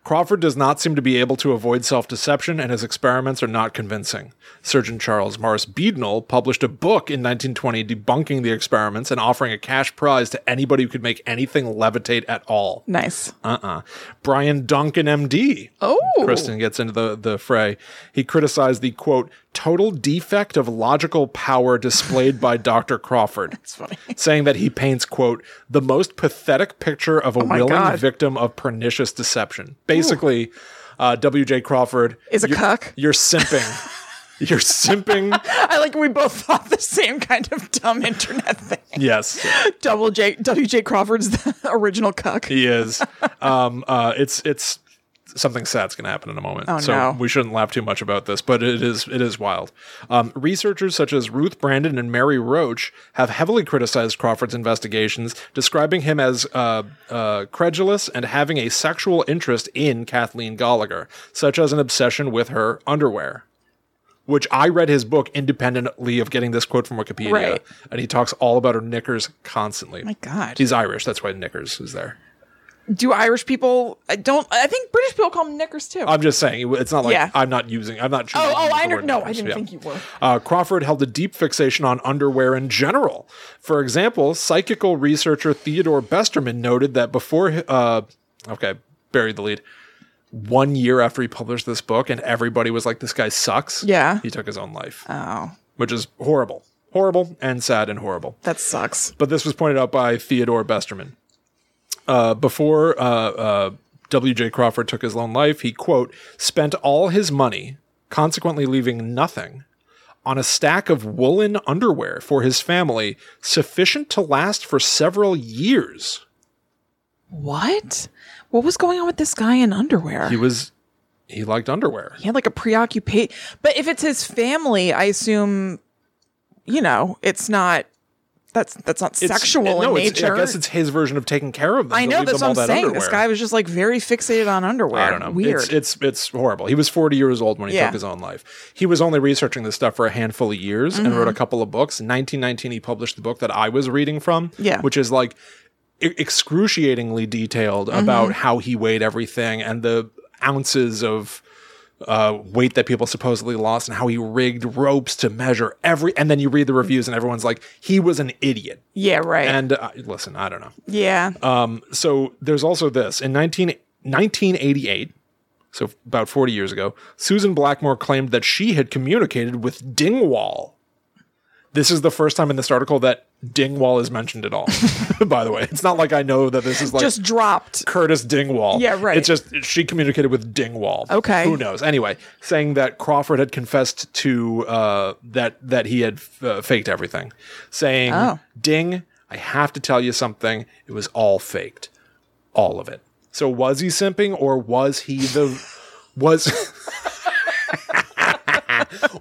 Crawford does not seem to be able to avoid self deception, and his experiments are not convincing. Surgeon Charles Morris Beadnell published a book in 1920 debunking the experiments and offering a cash prize to anybody who could make anything levitate at all.
Nice.
Uh uh Brian Duncan, MD.
Oh.
Kristen gets into the, the fray. He criticized the quote, total defect of logical power displayed by Dr. Crawford
It's funny.
saying that he paints quote the most pathetic picture of a
Oh my
willing
God.
victim of pernicious deception basically uh, w.j crawford
Is a
you're-
cuck.
you're simping you're simping
I like we both thought the same kind of dumb internet thing.
yes
Double J WJ Crawford's the original cuck.
he is um, uh, it's it's something sad's going to happen in a moment so
no.
we shouldn't laugh too much about this but it is it is wild um, researchers such as ruth brandon and mary roach have heavily criticized crawford's investigations describing him as uh, uh, credulous and having a sexual interest in kathleen gallagher such as an obsession with her underwear which I read his book independently of getting this quote from Wikipedia,
Right.
and he talks all about her knickers constantly. My
God.
he's Irish, that's why knickers is there.
Do Irish people I don't I think British people call them knickers too.
I'm just saying. It's not like
Yeah.
I'm not using. I'm not.
oh, oh, I
know.
know. No, I didn't think you were.
Uh, Crawford held a deep fixation on underwear in general. For example, psychical researcher Theodore Besterman noted that before, uh, okay, buried the lead. One year after he published this book, and everybody was like, "This guy sucks."
Yeah.
he took his own life,
Oh,
which is horrible, horrible, and sad and horrible
that sucks.
but this was pointed out by Theodore Besterman. Uh, before uh, uh, W.J. Crawford took his own life, he, quote, spent all his money, consequently leaving nothing, on a stack of woolen underwear for his family, sufficient to last for several years.
What? What was going on with this guy in underwear?
He was, he liked underwear.
he had like a preoccupation. But if it's his family, I assume, you know, it's not. That's that's not
It's-
sexual in
no, it's-
nature.
I guess it's his version of taking care of them.
I
to
know
leave
that's
them
what I'm
all that
saying. This
underwear.
guy was just like very fixated on underwear.
I don't know.
Weird.
It's, it's it's horrible. He was 40 years old when he
Yeah.
took his own life. He was only researching this stuff for a handful of
Mm-hmm.
years and wrote a couple of books. In 1919, he published the book that I was reading from,
Yeah.
which is like e- excruciatingly detailed about
Mm-hmm.
how he weighed everything and the ounces of uh, weight that people supposedly lost and how he rigged ropes to measure every. And then you read the reviews and everyone's like, he was an idiot.
Yeah, right.
And uh, listen, I don't know.
yeah.
Um, so there's also this in 19, 1988. So about 40 years ago, Susan Blackmore claimed that she had communicated with Dingwall. This is the first time in this article that Dingwall is mentioned at all. By the way, it's not like I know that this is like
Just dropped.
Curtis Dingwall.
Yeah, right.
It's just she communicated with Dingwall.
Okay.
Who knows? Anyway, saying that Crawford had confessed to uh, that that he had uh, faked everything, saying,
Oh.
"Ding, I have to tell you something. It was all faked, all of it." So was he simping, or was he the was?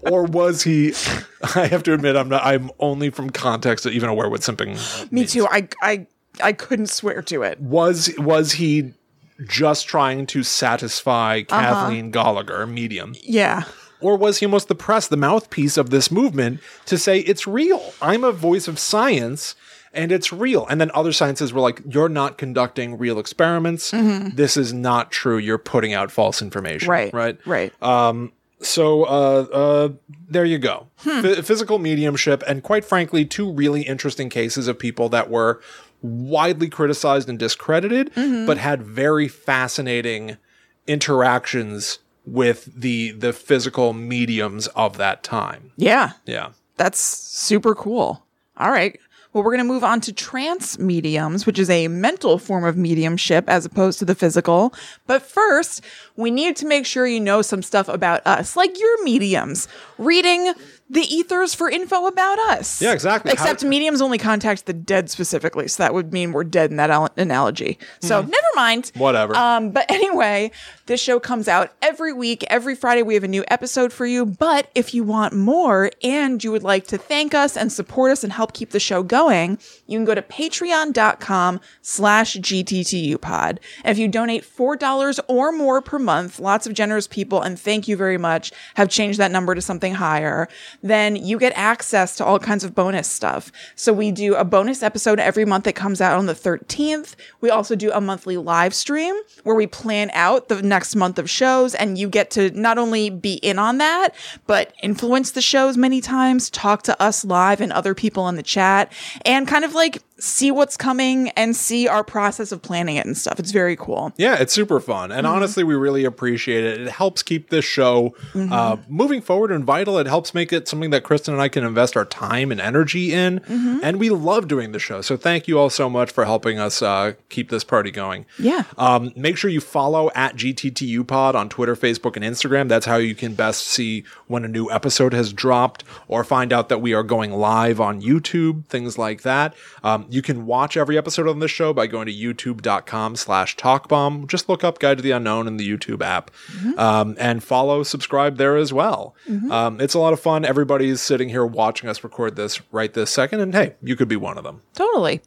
or was he? I have to admit, I'm not. I'm only from context, even aware what simping
Me too. I I I couldn't swear to it.
was was he just trying to satisfy Kathleen Gallagher, medium,
Yeah.
or was he almost the press, the mouthpiece of this movement, to say it's real? I'm a voice of science, and it's real. And then other sciences were like, "You're not conducting real experiments. This is not true. You're putting out false information."
Right.
Right. Uh,
Right.
So uh, uh, there you go. Phy- physical mediumship, and quite frankly, two really interesting cases of people that were widely criticized and discredited, but had very fascinating interactions with the the physical mediums of that time.
yeah.
Yeah.
That's super cool. All right. Well, we're going to move on to trance mediums, which is a mental form of mediumship as opposed to the physical. But first, we need to make sure you know some stuff about us, like your mediums, reading the ethers for info about us.
Yeah, exactly. How-
Except mediums only contact the dead specifically, so that would mean we're dead in that al- analogy. So never mind.
Whatever.
Um, but anyway, this show comes out every week. Every Friday, we have a new episode for you. But if you want more and you would like to thank us and support us and help keep the show going, you can go to patreon.com slash GTTU pod. If you donate $4 or more per month, lots of generous people, and thank you very much, have changed that number to something higher, then you get access to all kinds of bonus stuff. So we do a bonus episode every month that comes out on the 13th. We also do a monthly live stream where we plan out the next month of shows and you get to not only be in on that, but influence the shows many times, talk to us live and other people in the chat and kind of like see what's coming and see our process of planning it and stuff. It's very cool.
Yeah, it's super fun. And honestly, we really appreciate it. It helps keep this show uh, moving forward and vital. It helps make it something that Kristen and I can invest our time and energy in. And we love doing the show. So thank you all so much for helping us uh, keep this party going.
Yeah.
Um, make sure you follow at GTTU Pod on Twitter, Facebook, and Instagram. That's how you can best see when a new episode has dropped or find out that we are going live on YouTube, things like that. Um, you can watch every episode on this show by going to youtube.com slash talkbomb. Just look up Guide to the Unknown in the YouTube app um, and follow, subscribe there as well. Um, it's a lot of fun. Everybody's sitting here watching us record this right this second. And hey, you could be one of them.
Totally.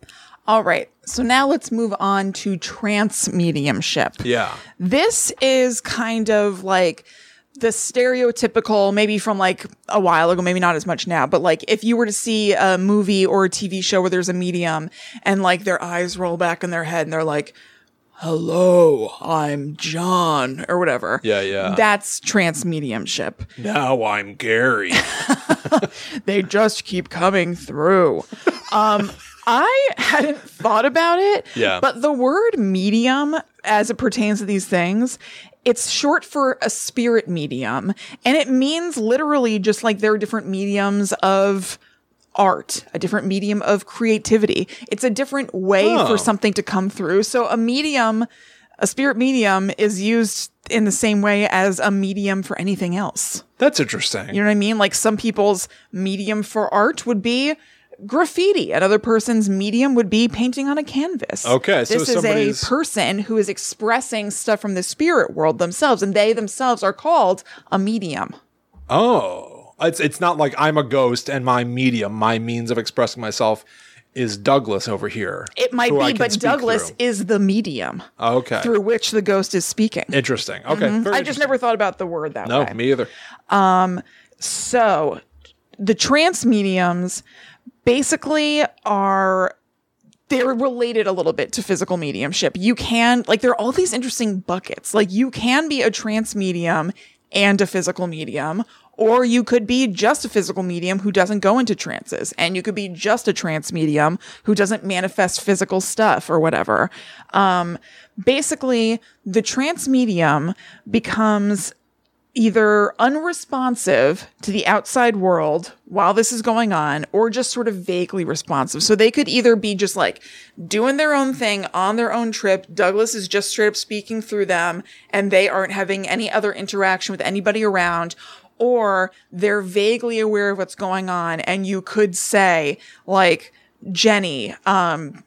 All right. So now let's move on to trance mediumship.
Yeah.
This is kind of like the stereotypical, maybe from like a while ago, maybe not as much now, but like if you were to see a movie or a TV show where there's a medium and like their eyes roll back in their head and they're like, hello, I'm John or whatever.
Yeah, yeah.
That's trance mediumship.
Now I'm Gary.
They just keep coming through. Um, I hadn't thought about it.
Yeah.
But the word medium, as it pertains to these things, it's short for a spirit medium. And it means literally just like there are different mediums of art, a different medium of creativity. It's a different way
Oh.
for something to come through. So a medium, a spirit medium, is used in the same way as a medium for anything else.
That's interesting.
You know what I mean? Like some people's medium for art would be graffiti. Another person's medium would be painting on a canvas.
Okay, so
This is
somebody's-
a person who is expressing stuff from the spirit world themselves, and they themselves are called a medium.
Oh, it's it's not like I'm a ghost and my medium, my means of expressing myself, is Douglas over here.
It might
who I
be,
can
but
speak
Douglas
through. Oh,
is the medium
okay.
through which the ghost is speaking.
Interesting. Okay. very
I just
interesting.
never thought about the word that
No,
way.
me either.
So the trance mediums basically are they're related a little bit to physical mediumship. You can, like, there are all these interesting buckets. Like, you can be a trance medium and a physical medium, or you could be just a physical medium who doesn't go into trances, and you could be just a trance medium who doesn't manifest physical stuff or whatever. Um, basically, the trance medium becomes either unresponsive to the outside world while this is going on or just sort of vaguely responsive. So they could either be just like doing their own thing on their own trip. Douglas is just straight up speaking through them and they aren't having any other interaction with anybody around. Or they're vaguely aware of what's going on and you could say like, Jenny, um,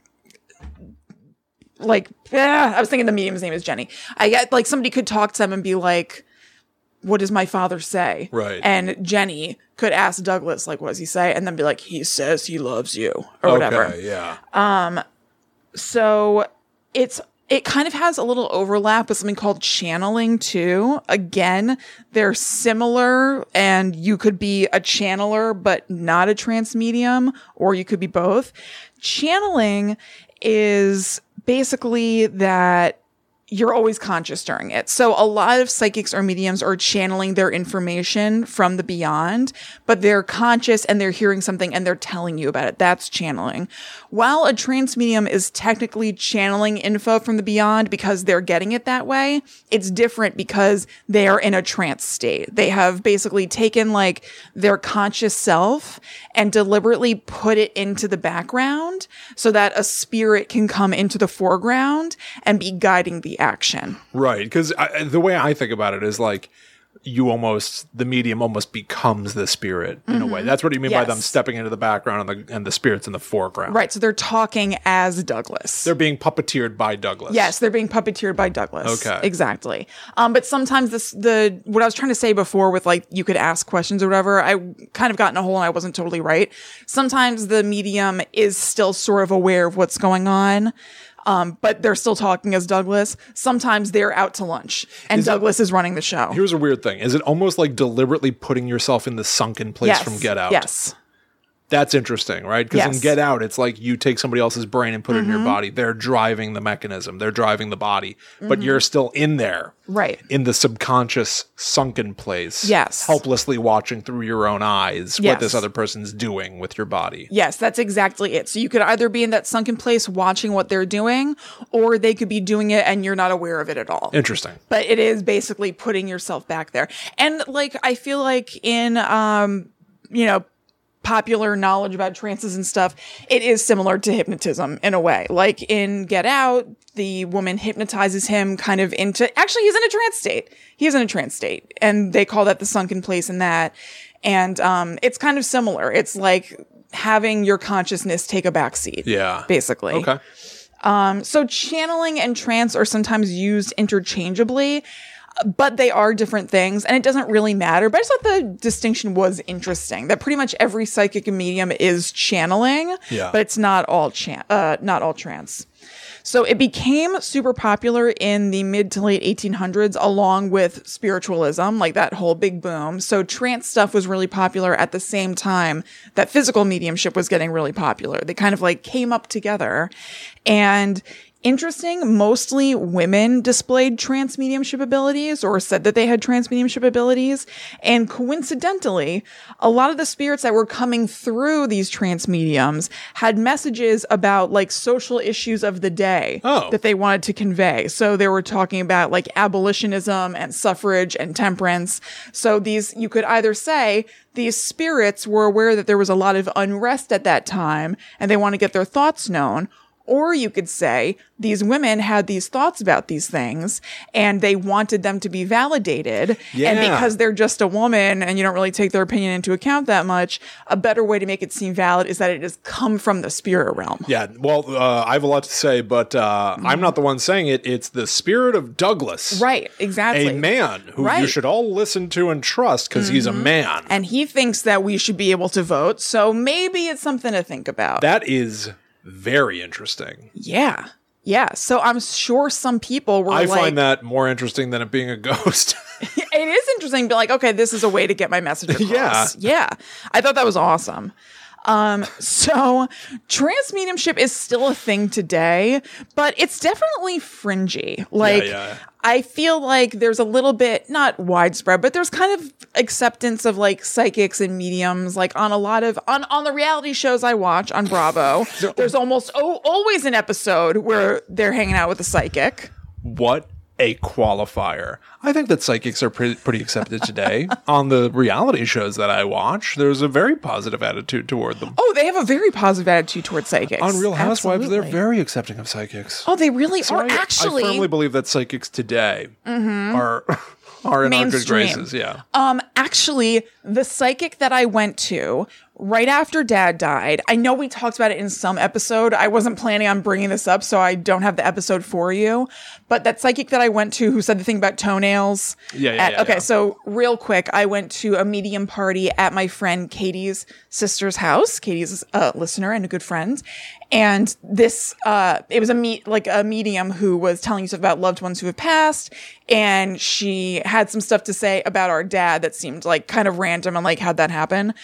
like, ah, I was thinking the medium's name is Jenny. I get like somebody could talk to them and be like, what does my father say?
Right.
And Jenny could ask Douglas, like, what does he say? And then be like, he says he loves you or whatever.
Okay, yeah.
So it's, it kind of has a little overlap with something called channeling too. Again, they're similar and you could be a channeler, but not a trans medium, or you could be both. Channeling is basically that you're always conscious during it. So a lot of psychics or mediums are channeling their information from the beyond, but they're conscious and they're hearing something and they're telling you about it. That's channeling. While a trance medium is technically channeling info from the beyond because they're getting it that way, it's different because they are in a trance state. They have basically taken like their conscious self and deliberately put it into the background so that a spirit can come into the foreground and be guiding the action.
Right. Because the way I think about it is like you almost the medium almost becomes the spirit in a way. That's what you mean by them
Mm-hmm. Yes.
stepping into the background and the and the spirits in the foreground.
Right. So they're talking as Douglas.
They're being puppeteered by Douglas.
Yes, they're being puppeteered by Douglas.
Okay.
exactly. Um, but sometimes this the what I was trying to say before with like you could ask questions or whatever. I kind of got in a hole and I wasn't totally right. Sometimes the medium is still sort of aware of what's going on. Um, but they're still talking as Douglas. Sometimes they're out to lunch and Douglas is running the show.
Here's a weird thing. Is it almost like deliberately putting yourself in the sunken place
yes.
from Get Out?
Yes.
That's interesting, right? Because
Yes. Mm-hmm.
in Get Out, it's like you take somebody else's brain and put it in your body. They're driving the mechanism, they're driving the body, but you're still in there.
Mm-hmm. Right.
In the subconscious, sunken place.
Yes.
Helplessly watching through your own eyes what
Yes.
this other person's doing with your body.
Yes, that's exactly it. So you could either be in that sunken place watching what they're doing, or they could be doing it and you're not aware of it at all.
Interesting.
but it is basically putting yourself back there and like i feel like in um you know popular knowledge about trances and stuff it is similar to hypnotism in a way like in get out the woman hypnotizes him kind of into actually he's in a trance state he is in a trance state and they call that the sunken place in that and um it's kind of similar it's like having your consciousness take a backseat
Yeah.
basically
Okay.
so channeling and trance are sometimes used interchangeably, but they are different things and it doesn't really matter. But I just thought the distinction was interesting that pretty much every psychic and medium is channeling,
Yeah.
but it's not all chan- uh, not all trance. So it became super popular in the mid to late 1800s, along with spiritualism, like that whole big boom. So trance stuff was really popular at the same time that physical mediumship was getting really popular. They kind of like came up together. And interesting, mostly women displayed trance mediumship abilities or said that they had trance mediumship abilities. And coincidentally, a lot of the spirits that were coming through these trance mediums had messages about like social issues of the day
Oh.
that they wanted to convey. So they were talking about like abolitionism and suffrage and temperance. So these, you could either say these spirits were aware that there was a lot of unrest at that time and they want to get their thoughts known. Or you could say these women had these thoughts about these things and they wanted them to be validated. And
Yeah.
because they're just a woman and you don't really take their opinion into account that much, a better way to make it seem valid is that it has come from the spirit realm.
Yeah, well, uh, I have a lot to say, but uh, I'm not the one saying it. It's the spirit of Douglas.
Mm-hmm. Right, exactly.
A man who you
Right. Mm-hmm.
should all listen to and trust because he's a man.
and he thinks that we should be able to vote. So maybe it's something to think about.
that is very interesting.
yeah. Yeah. So I'm sure some people were
I
like,
find that more interesting than it being a ghost.
it is interesting to be like, okay, this is a way to get my message across.
Yeah.
Yeah. I thought that was awesome. Um, so transmediumship is still a thing today, but it's definitely fringy. Like
yeah.
I feel like there's a little bit not widespread, but there's kind of acceptance of like psychics and mediums like on a lot of on on the reality shows I watch on Bravo. there's almost oh, always an episode where they're hanging out with a psychic.
What a qualifier. I think that psychics are pretty, pretty accepted today. On the reality shows that I watch, there's a very positive attitude toward them.
Oh, they have a very positive attitude towards psychics.
On Real Housewives,
Oh, Absolutely.
they're very accepting of psychics.
Oh, they really are
I-
actually. Mm-hmm.
I firmly believe that psychics today are are in our good
Mainstream.
graces. Yeah,
Um, actually, the psychic that I went to right after dad died, I know we talked about it in some episode. I wasn't planning on bringing this up, so I don't have the episode for you. But that psychic that I went to who said the thing about toenails.
Yeah, yeah,
at-
yeah,
okay,
yeah.
so real quick, I went to a medium party at my friend Katie's sister's house. Katie's a listener and a good friend. And this, uh, it was a meet, like a medium who was telling you stuff about loved ones who have passed. And she had some stuff to say about our dad that seemed like kind of random and like, how'd that happen?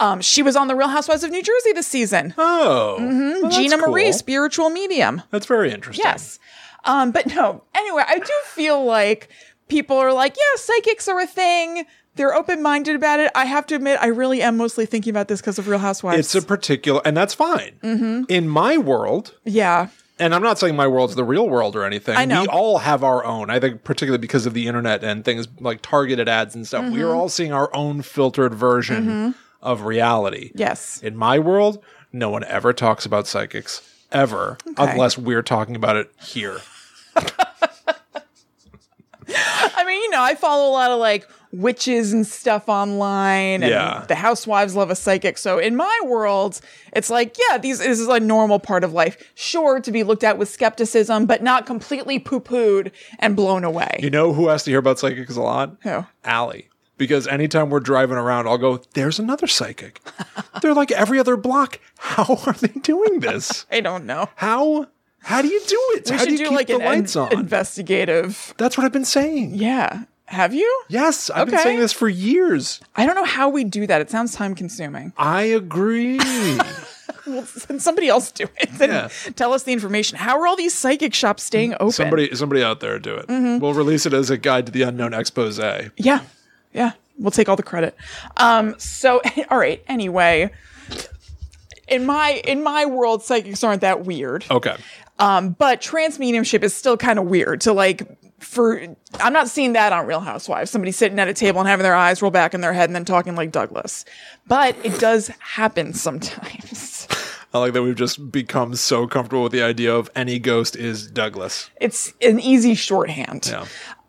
Um, she was on the Real Housewives of New Jersey this season.
Oh, well, that's
Gina Marie,
cool.
spiritual medium.
That's very interesting.
Mm-hmm. Yes. Um, but no, anyway, I do feel like people are like, yeah, psychics are a thing. They're open minded about it. I have to admit, I really am mostly thinking about this because of Real Housewives.
It's a particular, and that's fine.
Mm-hmm.
In my world,
yeah.
and I'm not saying my world's the real world or anything.
I know.
We all have our own. I think, particularly because of the internet and things like targeted ads and stuff, we
Mm-hmm.
are all seeing our own filtered version of reality.
Yes.
In my world, no one ever talks about psychics ever, unless we're talking about it here.
I mean, you know, I follow a lot of like witches and stuff online, and
Yeah.
the housewives love a psychic. So in my world, it's like, yeah, these this is a normal part of life. Sure, to be looked at with skepticism, but not completely poo pooed and blown away.
You know who has to hear about psychics a lot?
Who?
Allie. Because anytime we're driving around, I'll go, there's another psychic. They're like every other block. How are they doing this?
I don't know.
How how do you do it?
We
how
should
do you
do
keep
like
the
an in-
lights on?
investigative
That's what I've been saying.
Yeah. Have you?
Yes, I've been
Okay.
saying this for years.
I don't know how we do that. It sounds time consuming.
I agree.
Well, send somebody else do it. Then
Yeah.
tell us the information. How are all these psychic shops staying open?
somebody somebody out there do it.
Mm-hmm.
We'll release it as a guide to the unknown expose.
Yeah. Yeah. We'll take all the credit. Um, so all right, anyway. In my in my world, psychics aren't that weird.
Okay.
Um, but transmediumship is still kind of weird to like for I'm not seeing that on Real Housewives. Somebody sitting at a table and having their eyes roll back in their head and then talking like Douglas. But it does happen sometimes.
I like that we've just become so comfortable with the idea of any ghost is Douglas.
It's an easy shorthand.
Yeah.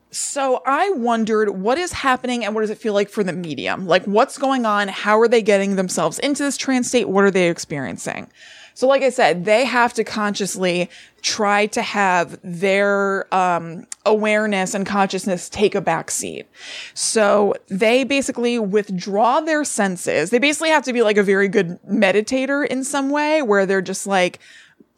So I wondered what is happening and what does it feel like for the medium? Like what's going on? How are they getting themselves into this trance state? What are they experiencing? So like I said, they have to consciously try to have their um, awareness and consciousness take a back seat. So they basically withdraw their senses. They basically have to be like a very good meditator in some way where they're just like,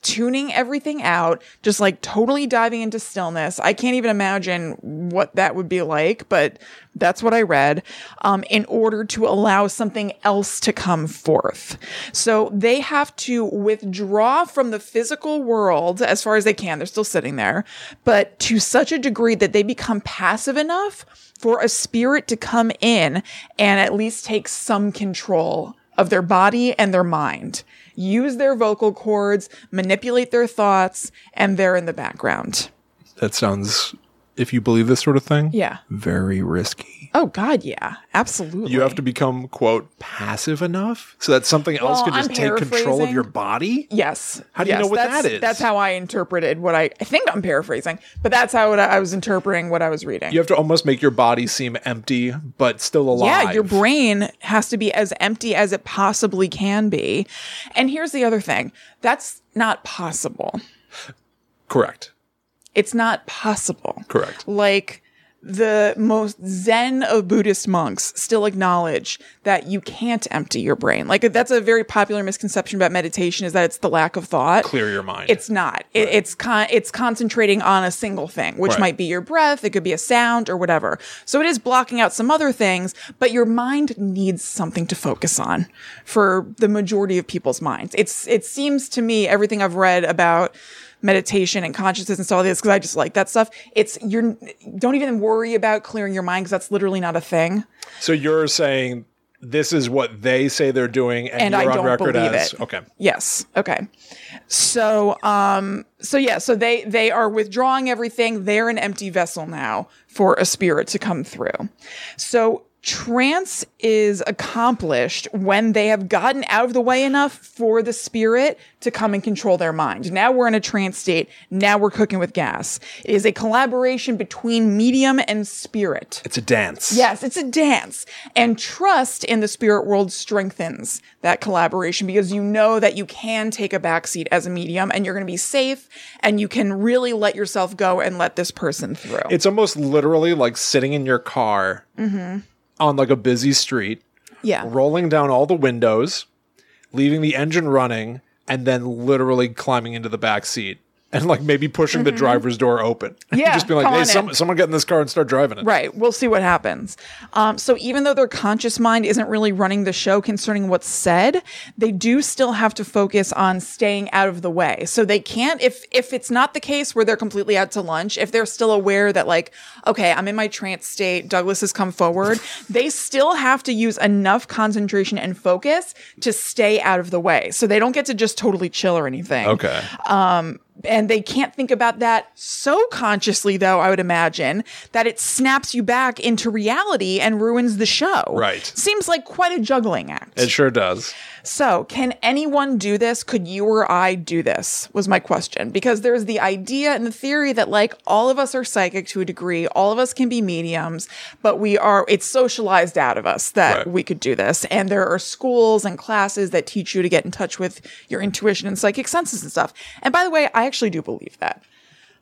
tuning everything out, just like totally diving into stillness. I can't even imagine what that would be like, but that's what I read um, in order to allow something else to come forth. So they have to withdraw from the physical world as far as they can. They're still sitting there, but to such a degree that they become passive enough for a spirit to come in and at least take some control of their body and their mind, use their vocal cords, manipulate their thoughts, and they're in the background.
That sounds, if you believe this sort of thing,
Yeah.
very risky.
Oh God, yeah, absolutely.
You have to become quote passive enough so that something else
Well,
could just
I'm
take control of
paraphrasing.
your body.
Yes.
How do you
Yes,
know what
that's,
that is?
That's how I interpreted what I. I think I'm paraphrasing, but that's how it, I was interpreting what I was reading.
You have to almost make your body seem empty but still alive.
Yeah, your brain has to be as empty as it possibly can be. And here's the other thing that's not possible.
correct.
It's not possible.
Correct.
Like the most zen of Buddhist monks still acknowledge that you can't empty your brain. Like that's a very popular misconception about meditation is that it's the lack of thought.
Clear your mind.
It's not. It, it's con- it's concentrating on a single thing, which
Right.
might be your breath, it could be a sound or whatever. So it is blocking out some other things, but your mind needs something to focus on for the majority of people's minds. It's it seems to me everything I've read about meditation and consciousness and stuff like this because I just like that stuff. It's you're don't even worry about clearing your mind because that's literally not a thing.
so you're saying this is what they say they're doing, and,
And I
you're on
don't
record
believe
as
it.
okay.
Yes. Okay. So, um, so yeah, so they they are withdrawing everything. They're an empty vessel now for a spirit to come through. So trance is accomplished when they have gotten out of the way enough for the spirit to come and control their mind. Now we're in a trance state. Now we're cooking with gas. It is a collaboration between medium and spirit.
It's a dance.
Yes, it's a dance. And trust in the spirit world strengthens that collaboration because you know that you can take a backseat as a medium and you're going to be safe and you can really let yourself go and let this person through.
It's almost literally like sitting in your car
Mm-hmm.
on like a busy street,
yeah.
rolling down all the windows, leaving the engine running, and then literally climbing into the back seat and like maybe pushing the driver's door open.
Mm-hmm. Yeah,
Just being like,
come
hey,
on
some,
in."
someone get in this car and start driving it.
Right. We'll see what happens. Um, so even though their conscious mind isn't really running the show concerning what's said, they do still have to focus on staying out of the way. So they can't if if it's not the case where they're completely out to lunch, if they're still aware that like, okay, I'm in my trance state, Douglas has come forward, they still have to use enough concentration and focus to stay out of the way. So they don't get to just totally chill or anything
Okay.
Uh, Um, and they can't think about that so consciously though i would imagine that it snaps you back into reality and ruins the show
Right.
seems like quite a juggling act
It sure does.
so can anyone do this could you or i do this was my question because there's the idea and the theory that like all of us are psychic to a degree all of us can be mediums but we are it's socialized out of us that
Right.
we could do this and there are schools and classes that teach you to get in touch with your intuition and psychic senses and stuff and by the way i actually do believe that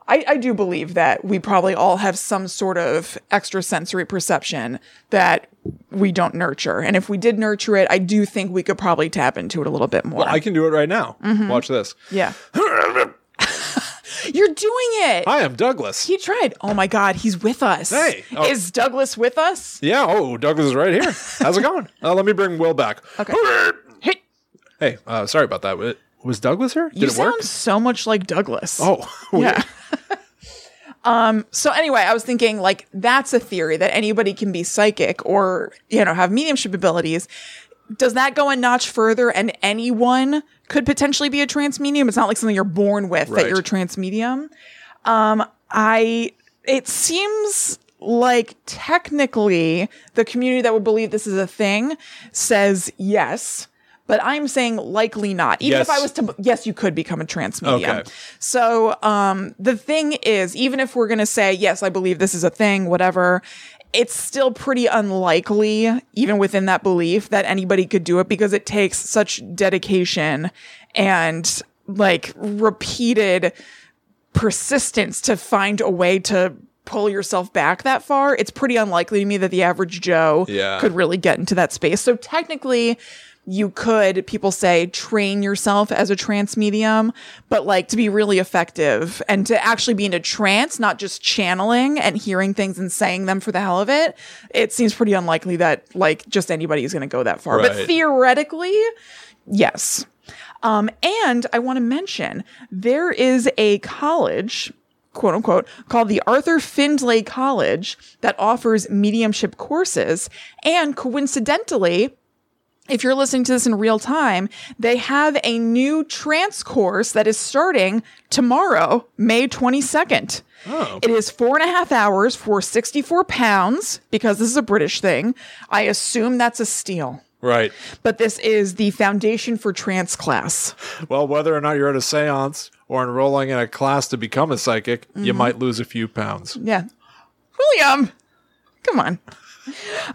I, I do believe that we probably all have some sort of extrasensory perception that we don't nurture. And if we did nurture it, I do think we could probably tap into it a little bit more.
I can do it right now. Watch this.
Mm-hmm. yeah. You're doing it.
I am Douglas.
he tried. Oh my God, he's with us.
Hey. Oh.
Is Douglas with us?
Yeah. Oh, Douglas is right here. How's it going? Uh, let me bring Will back.
Okay. Hey,
Hey, uh, sorry about that. Wa- Was Douglas here? Did
you
it
sound
work?
so much like Douglas.
Oh, weird.
Yeah. um, so anyway, I was thinking like that's a theory that anybody can be psychic or, you know, have mediumship abilities. Does that go a notch further and anyone could potentially be a trans medium? It's not like something you're born with
Right.
that you're a trans medium. Um, I it seems like technically the community that would believe this is a thing says yes. But I'm saying likely not. Even if
Yes.
I was to, yes, you could become a trans medium.
Okay.
So um, the thing is, even if we're going to say, yes, I believe this is a thing, whatever, it's still pretty unlikely, even within that belief, that anybody could do it because it takes such dedication and like repeated persistence to find a way to pull yourself back that far. It's pretty unlikely to me that the average Joe
Yeah.
could really get into that space. So technically, you could, people say, train yourself as a trance medium, but like to be really effective and to actually be in a trance, not just channeling and hearing things and saying them for the hell of it, it seems pretty unlikely that like just anybody is going to go that far.
Right.
But theoretically, yes. Um, and I want to mention there is a college, quote unquote, called the Arthur Findlay College that offers mediumship courses. And coincidentally, if you're listening to this in real time, they have a new trance course that is starting tomorrow, May 22nd.
Oh.
It is four and a half hours for 64 pounds because this is a British thing. I assume that's a steal
Right.
but this is the foundation for trance class.
Well, whether or not you're at a seance or enrolling in a
Mm-hmm.
class to become a psychic, you might lose a few pounds.
Yeah. William, Come on.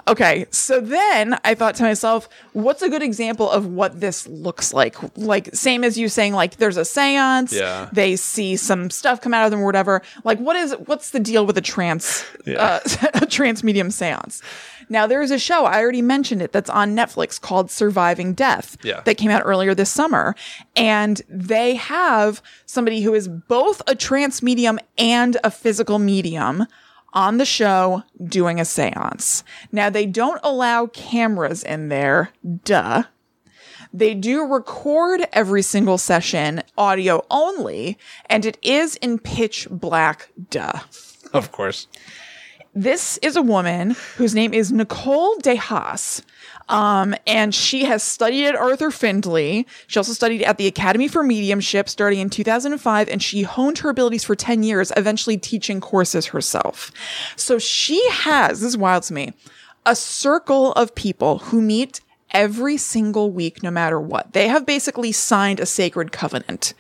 Okay, so then I thought to myself, what's a good example of what this looks like? Like, same as you saying, like, there's a seance,
Yeah.
they see some stuff come out of them or whatever. Like, what is, what's the deal with a trance,
Yeah.
uh, a trance medium seance? Now, there is a show, I already mentioned it, that's on Netflix called Surviving Death
Yeah.
that came out earlier this summer. And they have somebody who is both a trance medium and a physical medium on the show doing a seance. Now, they don't allow cameras in there, duh. They do record every single session audio only, and it is in pitch black, duh.
Of course.
This is a woman whose name is Nicole DeHaas. Um, and she has studied at Arthur Findlay. She also studied at the Academy for Mediumship starting in 2005, and she honed her abilities for 10 years, eventually teaching courses herself. So she has, this is wild to me, a circle of people who meet every single week, no matter what. They have basically signed a sacred covenant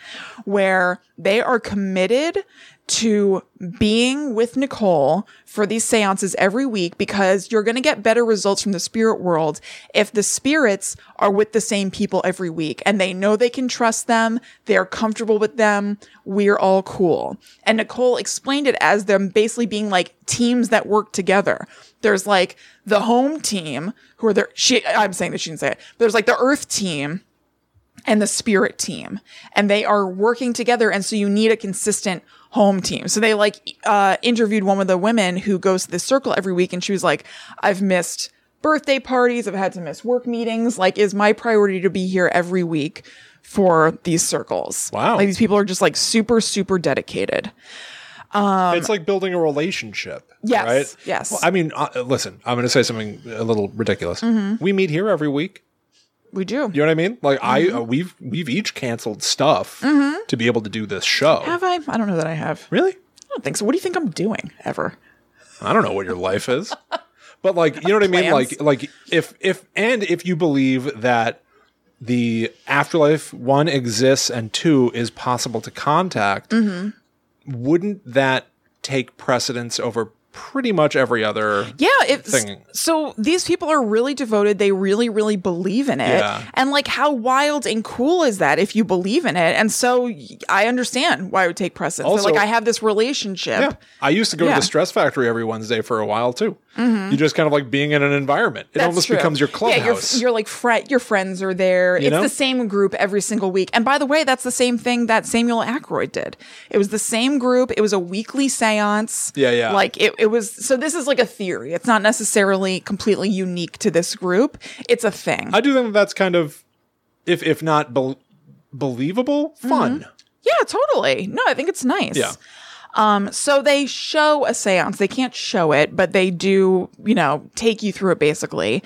where they are committed to being with Nicole for these seances every week because you're going to get better results from the spirit world if the spirits are with the same people every week and they know they can trust them. They're comfortable with them. We're all cool. And Nicole explained it as them basically being like teams that work together. There's like the home team who are there. She, I'm saying that she didn't say it. There's like the earth team and the spirit team and they are working together and so you need a consistent home team so they like uh interviewed one of the women who goes to this circle every week and she was like i've missed birthday parties i've had to miss work meetings like is my priority to be here every week for these circles
Wow.
like these people are just like super super dedicated
it's like building a relationship.
Um, Yes,
Right?
yes.
Well, I mean, uh, listen, I'm going to say something a little ridiculous.
Mm-hmm.
We meet here every week.
we do
You know what I mean? Like
Mm-hmm.
I, uh, we've we've each canceled stuff to be able to do this show.
have i i don't know that i have
really?
i don't think so what do you think i'm doing ever
I don't know what your life is, but like you know what I mean.
Plans.
Like like if if and if you believe that the afterlife one exists and two is possible to contact,
Mm-hmm.
wouldn't that take precedence over pretty much every other?
Yeah, it's
thing.
so these people are really devoted. They really, really believe in it.
Yeah.
And like, how wild and cool is that if you believe in it? And so y- I understand why it would take precedence. They're
Also-
like, I have this relationship.
Yeah, I used to go
Yeah. Mm-hmm.
to the Stress Factory every Wednesday for a while too. You just kind of like being in an environment. It
That's
almost
true.
becomes your clubhouse.
Yeah, you're, you're like fret. Your friends are there. it's
know?
the same group every single week. And by the way, that's the same thing that Samuel Ackroyd did. It was the same group. It was a weekly séance.
Yeah, yeah.
Like it, it was. So this is like a theory. It's not necessarily completely unique to this group. It's a thing.
I do think that that's kind of, if if not bel believable,
Mm-hmm.
fun.
Yeah, totally. No, I think it's nice.
Yeah.
Um, so they show a seance. They can't show it, but they do, you know, take you through it basically.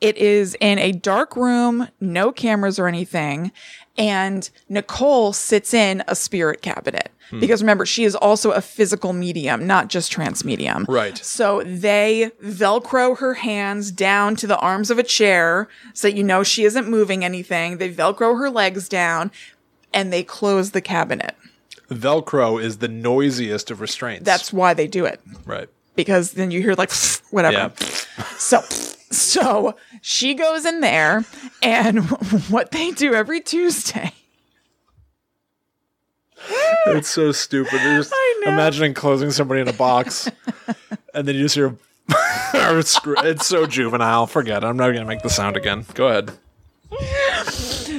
It is in a dark room, no cameras or anything. And Nicole sits in a spirit cabinet
Hmm.
because remember, she is also a physical medium, not just trans medium.
Right.
So they Velcro her hands down to the arms of a chair so that you know she isn't moving anything. They Velcro her legs down and they close the cabinet.
Velcro is the noisiest of restraints.
That's why they do it
right.
because then you hear like whatever. So so she goes in there and what they do every Tuesday.
it's so stupid. You're just
I know.
imagining closing somebody in a box, and then you just hear. it's scr- it's so juvenile. Forget it. I'm not gonna make the sound again. Go ahead.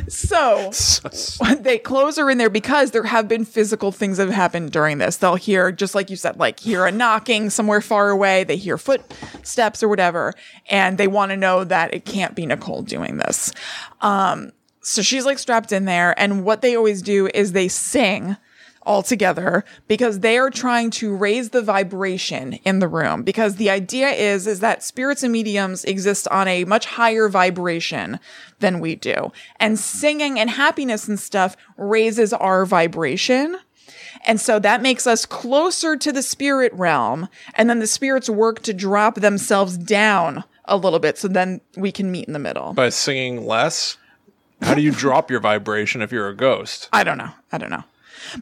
So they close her in there because there have been physical things that have happened during this. They'll hear, just like you said, like hear a knocking somewhere far away. They hear footsteps or whatever, and they want to know that it can't be Nicole doing this. Um, so she's like strapped in there, and what they always do is they sing all together because they are trying to raise the vibration in the room because the idea is is that spirits and mediums exist on a much higher vibration than we do and singing and happiness and stuff raises our vibration and so that makes us closer to the spirit realm and then the spirits work to drop themselves down a little bit so then we can meet in the middle
By singing less, how do you drop your vibration if you're a ghost?
I don't know. I don't know.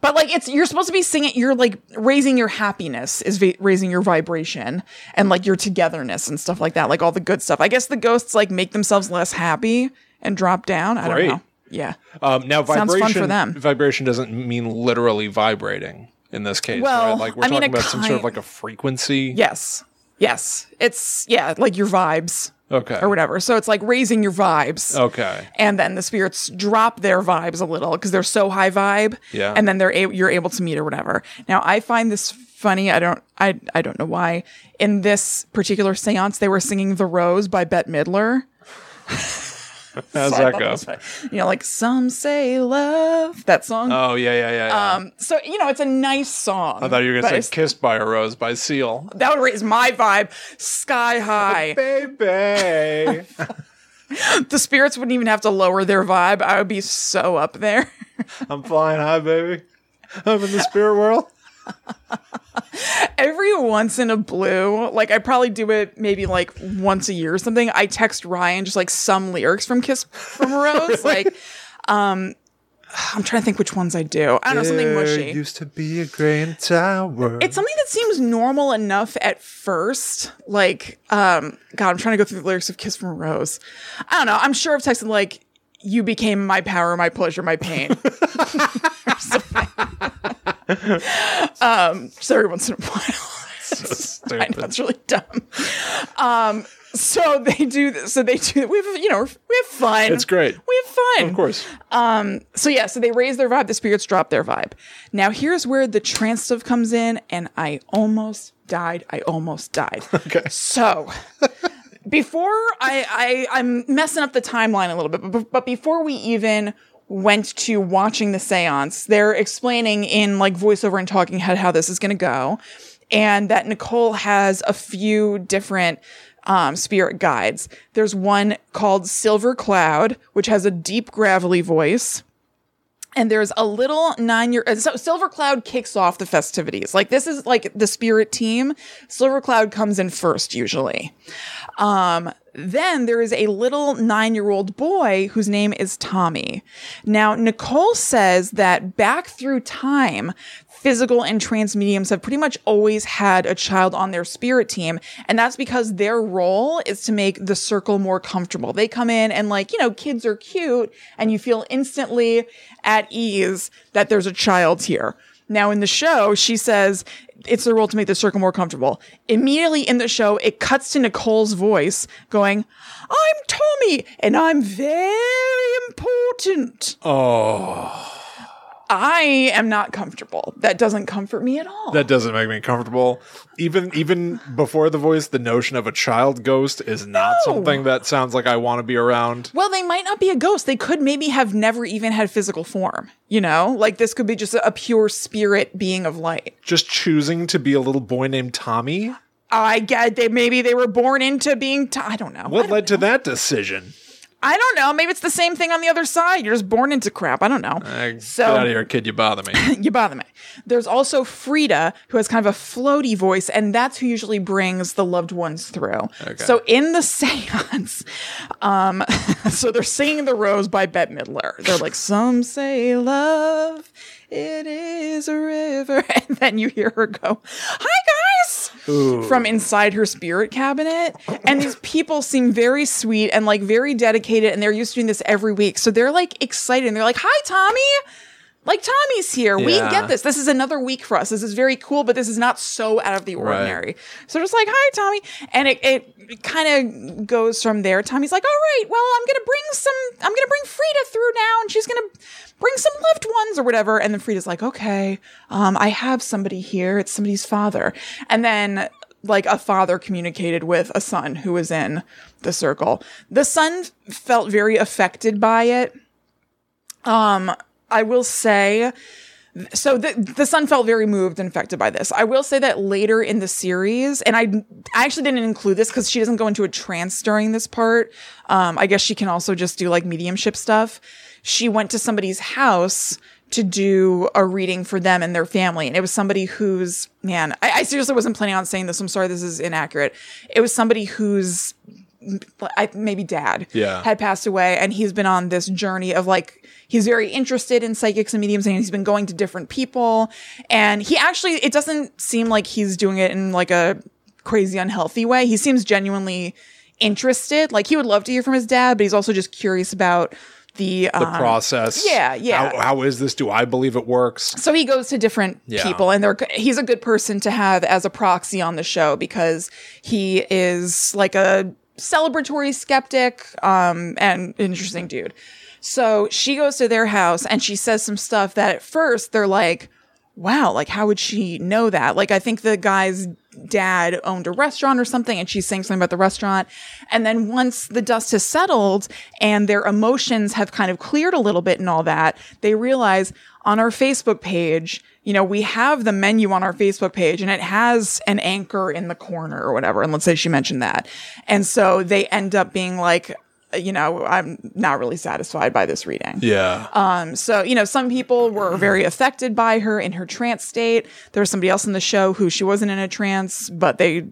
But like it's you're supposed to be singing you're like raising your happiness is va- raising your vibration and like your togetherness and stuff like that, like all the good stuff. I guess the ghosts like make themselves less happy and drop down. I
Great.
don't know. Yeah.
Um, now,
Sounds
vibration
fun for them.
vibration doesn't mean literally vibrating in this case.
Well,
right? like we're
I mean,
talking
a
about some sort of
kind-
like a frequency.
Yes. Yes. It's yeah, like your vibes
Okay.
or whatever. So it's like raising your vibes.
Okay.
and then the spirits drop their vibes a little because they're so high vibe.
Yeah.
And then they're a- you're able to meet or whatever. Now I find this funny. I don't I I don't know why. In this particular séance, they were singing "The Rose" by Bette Midler.
How's
So I
that
thought
go?
was funny. You know, like "Some Say Love" that song.
Oh yeah, yeah, yeah. yeah.
um, so you know, it's a nice song.
I thought you were
but
gonna say
it's-
"Kissed by a Rose" by Seal.
that would raise my vibe sky high.
Baby.
the spirits wouldn't even have to lower their vibe. I would be so up there.
I'm flying high, baby. I'm in the spirit world.
every once in a blue, like I probably do it maybe like once a year or something. I text Ryan just like some lyrics from Kiss from a Rose, like um I'm trying to think which ones I do. I don't know, something mushy.
used to be a grand tower.
it's something that seems normal enough at first. Like, um, God, I'm trying to go through the lyrics of Kiss from a Rose. I don't know. I'm sure I've texted like, you became my power, my pleasure, my pain. Or something. um, just every once in a while. I know
stupid.
it's really dumb. Um, so they do. th- So they do. We have, you know, we have fun.
It's great.
We have fun.
of course.
So yeah. So they raise their vibe. The spirits drop their vibe. Now here's where the trance stuff comes in, and I almost died. I almost died.
Okay.
So before I, I I'm messing up the timeline a little bit, but, but before we even went to watching the seance, they're explaining in like voiceover and talking head how this is going to go, and that Nicole has a few different um, spirit guides. There's one called Silver Cloud, which has a deep gravelly voice and there's a little nine year uh, so silver cloud kicks off the festivities like this is like the spirit team silver cloud comes in first usually um then there is a little nine year old boy whose name is tommy now nicole says that back through time physical and trans mediums have pretty much always had a child on their spirit team and that's because their role is to make the circle more comfortable they come in and like you know kids are cute and you feel instantly at ease that there's a child here now in the show she says it's their role to make the circle more comfortable immediately in the show it cuts to nicole's voice going i'm tommy and i'm very important
Oh.
I am not comfortable. That doesn't comfort me at all.
That doesn't make me comfortable. Even even before the voice, the notion of a child ghost is not
No.
something that sounds like I want to be around.
well, they might not be a ghost. They could maybe have never even had physical form, you know? Like this could be just a, a pure spirit being of light.
Just choosing to be a little boy named Tommy.
I get they maybe they were born into being t- I don't know. I
What
don't,
led to that decision?
I don't know. Maybe it's the same thing on the other side. You're just born into crap. I don't know.
Eh,
so
Get out of here, kid! You bother me.
you bother me. There's also Frida, who has kind of a floaty voice, and that's who usually brings the loved ones through. So in the seance, um, so they're singing The Rose by Bette Midler. They're like, Some say love, it is a river. And then you hear her go, Hi, guys! From inside her spirit cabinet. And these people seem very sweet and like very dedicated, and they're used to doing this every week. So they're like excited. And they're like, Hi, Tommy! Like Tommy's here. We
Yeah.
get this. This is another week for us. This is very cool, but this is not so out of the ordinary. So just like, hi, Tommy. And it, it kind of goes from there. Tommy's like, all right, well, I'm going to bring some, I'm going to bring Frida through now and she's going to bring some loved ones or whatever. And then Frida's like, okay, um, I have somebody here. It's somebody's father. And then like a father communicated with a son who was in the circle. The son felt very affected by it. Um, I will say, so the the son felt very moved and affected by this. I will say that later in the series, and I, I actually didn't include this because she doesn't go into a trance during this part. Um, I guess she can also just do like mediumship stuff. She went to somebody's house to do a reading for them and their family, and it was somebody who's man. I, I seriously wasn't planning on saying this. I'm sorry, this is inaccurate. It was somebody who's I, maybe dad
Yeah.
had passed away and he's been on this journey of like he's very interested in psychics and mediums and he's been going to different people and he actually it doesn't seem like he's doing it in like a crazy unhealthy way he seems genuinely interested like he would love to hear from his dad but he's also just curious about the, um,
process.
yeah, yeah.
How, how is this? Do I believe it works?
so he goes to different
Yeah.
people and they're he's a good person to have as a proxy on the show because he is like a celebratory skeptic um and interesting dude so she goes to their house and she says some stuff that at first they're like wow like how would she know that like i think the guy's dad owned a restaurant or something and she's saying something about the restaurant and then once the dust has settled and their emotions have kind of cleared a little bit and all that they realize on our facebook page you know we have the menu on our facebook page and it has an anchor in the corner or whatever and let's say she mentioned that and so they end up being like you know i'm not really satisfied by this reading
Yeah.
um, so, you know, some people were very affected by her in her trance state. There was somebody else in the show who she wasn't in a trance, but they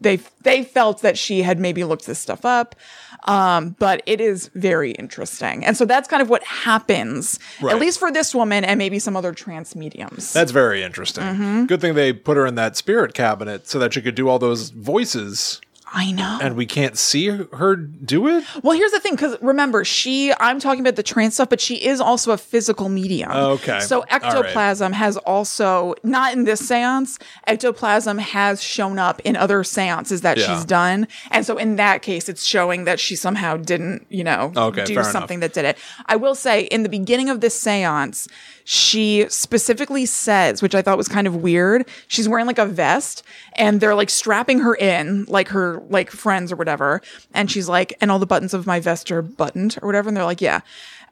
they they felt that she had maybe looked this stuff up. Um, but it is very interesting, and so that's kind of what happens,
Right.
at least for this woman and maybe some other trance mediums.
That's Mm-hmm. very interesting. Good thing they put her in that spirit cabinet so that she could do all those voices
I know.
and we can't see her do it.
Well, here's the thing, because remember, she, I'm talking about the trans stuff, but she is also a physical medium.
Okay.
So
All right.
ectoplasm has also, not in this seance, ectoplasm has shown up in other seances that
Yeah.
she's done. And so in that case, it's showing that she somehow didn't, you know,
Okay, fair
do
enough.
something that did it. I will say, in the beginning of this seance, she specifically says, which I thought was kind of weird, she's wearing like a vest and they're like strapping her in, like her like friends or whatever. And she's like, and all the buttons of my vest are buttoned or whatever. And they're like, yeah.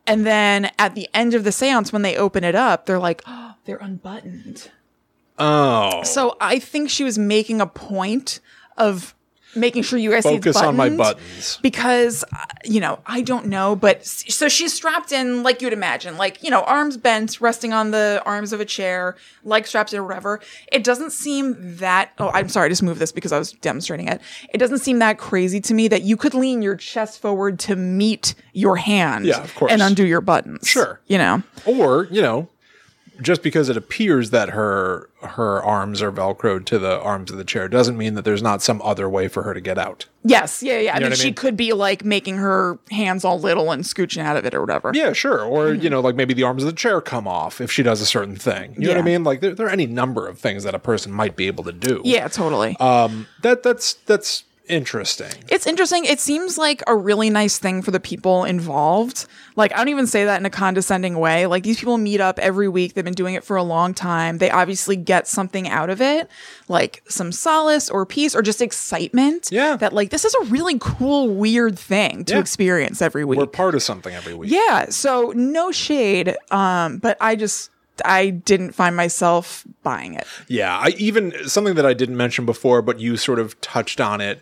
And then at the end of the seance, when they open it up, they're like, oh, they're unbuttoned.
Oh.
So I think she was making a point of making sure you guys see it's
Focus on my
buttoned
buttons.
because uh, you know I don't know, but s- so she's strapped in like you'd imagine, like you know, arms bent, resting on the arms of a chair, legs strapped in, or whatever. It doesn't seem that. Oh, I'm sorry, I just moved this because I was demonstrating it. It doesn't seem that crazy to me that you could lean your chest forward to meet your hand,
Yeah, of course.
and undo your buttons.
Sure.
you know,
Or, you know, just because it appears that her her arms are velcroed to the arms of the chair doesn't mean that there's not some other way for her to get out.
yes, yeah, yeah. I, mean,
what I
she
mean?
could be like making her hands all little and scooching out of it or whatever.
Yeah, sure. Or, you know, like maybe the arms of the chair come off if she does a certain thing. You know what I
Yeah.
mean? Like there, there are any number of things that a person might be able to do.
Yeah, totally.
Um that that's that's interesting.
It's interesting. It seems like a really nice thing for the people involved. Like, I don't even say that in a condescending way. Like, these people meet up every week. They've been doing it for a long time. They obviously get something out of it, like some solace or peace or just excitement.
Yeah.
That, like, this is a really cool, weird thing to
Yeah.
experience every week.
We're part of something every week.
yeah. So, no shade. Um, but I just, I didn't find myself buying it.
Yeah, I even something that I didn't mention before, but you sort of touched on it,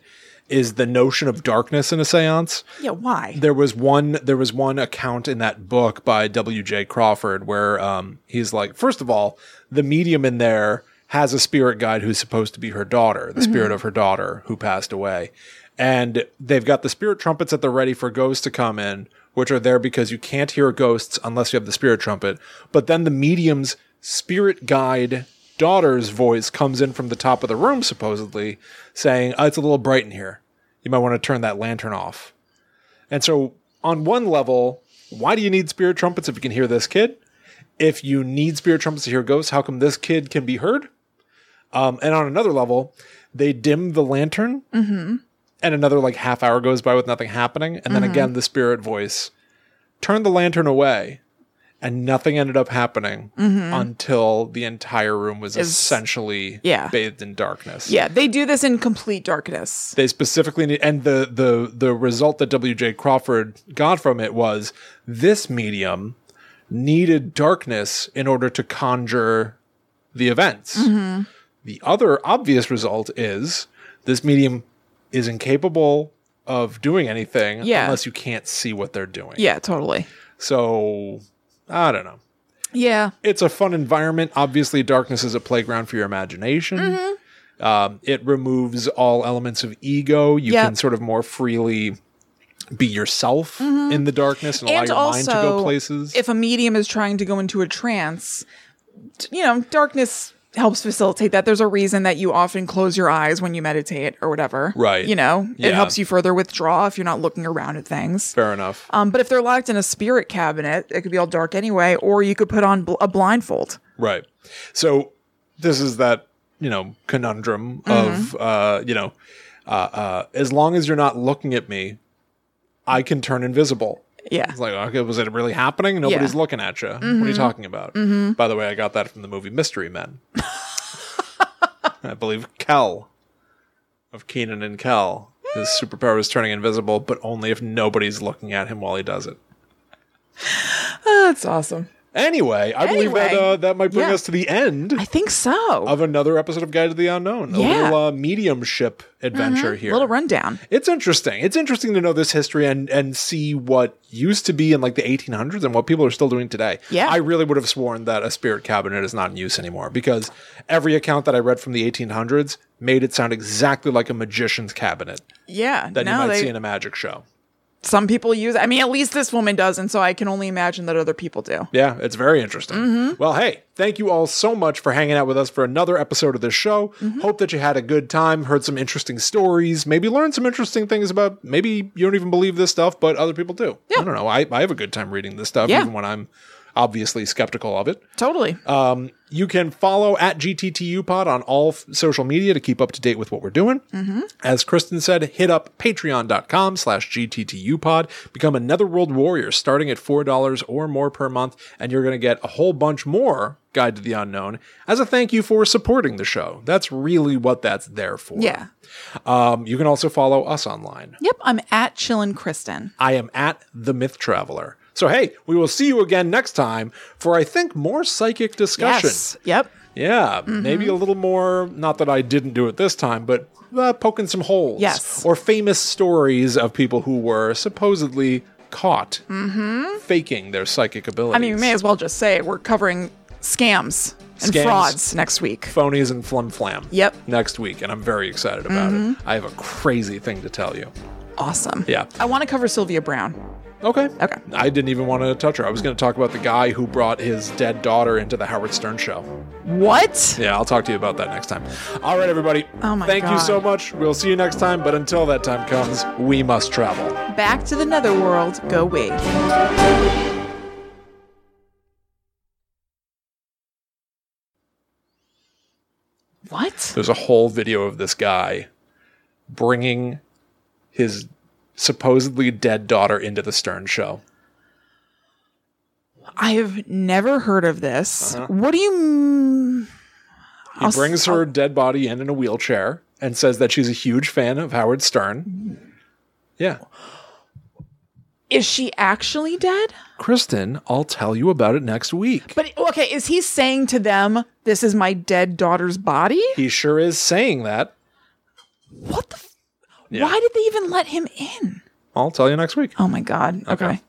is the notion of darkness in a séance.
Yeah. Why?
There was one there was one account in that book by W.J. Crawford where um, he's like, first of all, the medium in there has a spirit guide who's supposed to be her daughter, the spirit of her daughter who passed away. And they've got the spirit trumpets at the ready for ghosts to come in, which are there because you can't hear ghosts unless you have the spirit trumpet. But then the medium's spirit guide daughter's voice comes in from the top of the room, supposedly, saying, "Uh, It's a little bright in here. You might want to turn that lantern off. And so, on one level, why do you need spirit trumpets if you can hear this kid? If you need spirit trumpets to hear ghosts, how come this kid can be heard? Um, and on another level, they dim the lantern, and another like half hour goes by with nothing happening. And then again, the spirit voice turned the lantern away, and nothing ended up happening until the entire room was essentially
Yeah.
bathed in darkness
Yeah. They do this in complete darkness.
they specifically need, and the the the result that W.J. Crawford got from it was this medium needed darkness in order to conjure the events. The other obvious result is this medium is incapable of doing anything
Yeah.
unless you can't see what they're doing.
Yeah. Totally.
So I don't know.
Yeah.
It's a fun environment. Obviously, darkness is a playground for your imagination. Um, it removes all elements of ego. You
Mm-hmm. Yep.
can sort of more freely be yourself in the darkness and,
Mm-hmm. and
allow your mind
also
to go places.
if a medium is trying to go into a trance t- you know darkness helps facilitate that there's a reason that you often close your eyes when you meditate or whatever
Right.
you know
Yeah.
it helps you further withdraw if you're not looking around at things
Fair enough.
um, but if they're locked in a spirit cabinet it could be all dark anyway or you could put on bl- a blindfold
Right. So this is that, you know, conundrum of
Mm-hmm.
uh, you know, uh, uh, as long as you're not looking at me, I can turn invisible.
yeah
It's like, okay, was it really happening? Nobody's
Yeah. Mm-hmm.
looking at you. What are you talking about? By the way, I got that from the movie Mystery Men. I believe Kel of Keenan and Kel. His superpower is turning invisible, but only if nobody's looking at him while he does it.
that's awesome
Anyway, I believe that
Anyway.
uh, that might bring
Yeah.
us to the end
i think so
of another episode of Guide to the Unknown. A
Yeah. Mm-hmm.
little uh, mediumship adventure here.
little rundown
it's interesting. It's interesting to know this history and and see what used to be in like the 1800s and what people are still doing today.
Yeah.
I really would have sworn that a spirit cabinet is not in use anymore because every account that I read from the 1800s made it sound exactly like a magician's cabinet
yeah
that you
now
might
they
see in a magic show.
some people use i mean at least this woman does and so i can only imagine that other people do
Yeah, it's very interesting. Well, hey, thank you all so much for hanging out with us for another episode of this show. Hope that you had a good time, heard some interesting stories, maybe learned some interesting things about maybe you don't even believe this stuff, but other people do. I don't know. I, I have a good time reading this stuff,
Yeah.
even when I'm obviously skeptical of it.
totally
Um, you can follow at GTTU Pod on all f- social media to keep up to date with what we're doing.
Mm-hmm.
As Kristen said, hit up patreon.com slash GTTU Pod. Become another world warrior starting at $4 or more per month, and you're going to get a whole bunch more Guide to the Unknown as a thank you for supporting the show. That's really what that's there for.
yeah
Um, you can also follow us online.
Yep, I'm at Chillin' Kristen.
I am at The Myth Traveler. So, hey, we will see you again next time for, I think, more psychic discussion.
Yes. Yep.
Yeah, maybe a
Mm-hmm.
little more. Not that I didn't do it this time, but uh, poking some holes.
Yes.
Or famous stories of people who were supposedly caught faking their psychic abilities.
Mm-hmm. I mean, we may as well just say it. we're covering scams and
Scams.
frauds next week.
phonies and flum flam.
Yep. Mm-hmm.
Next week, and I'm very excited about it. I have a crazy thing to tell you.
Awesome.
Yeah.
I want to cover Sylvia Brown.
Okay.
Okay.
I didn't even want to touch her. I was going to talk about the guy who brought his dead daughter into the Howard Stern show.
What?
Yeah, I'll talk to you about that next time. All right, everybody.
Oh my
Thank you
God.
so much. We'll see you next time. But until that time comes, we must travel.
Back to the netherworld. Go we. What?
There's a whole video of this guy bringing his supposedly dead daughter into the Stern show.
I have never heard of this. What do you? m-
He
I'll s-
brings her dead body in in a wheelchair and says that she's a huge fan of Howard Stern. Yeah.
Is she actually dead?
Kristen, I'll tell you about it next week.
But okay, is he saying to them, "This is my dead daughter's body"?
he sure is saying that.
What the? F-
Yeah.
Why did they even let him in?
I'll tell you next week.
Oh my god. Okay.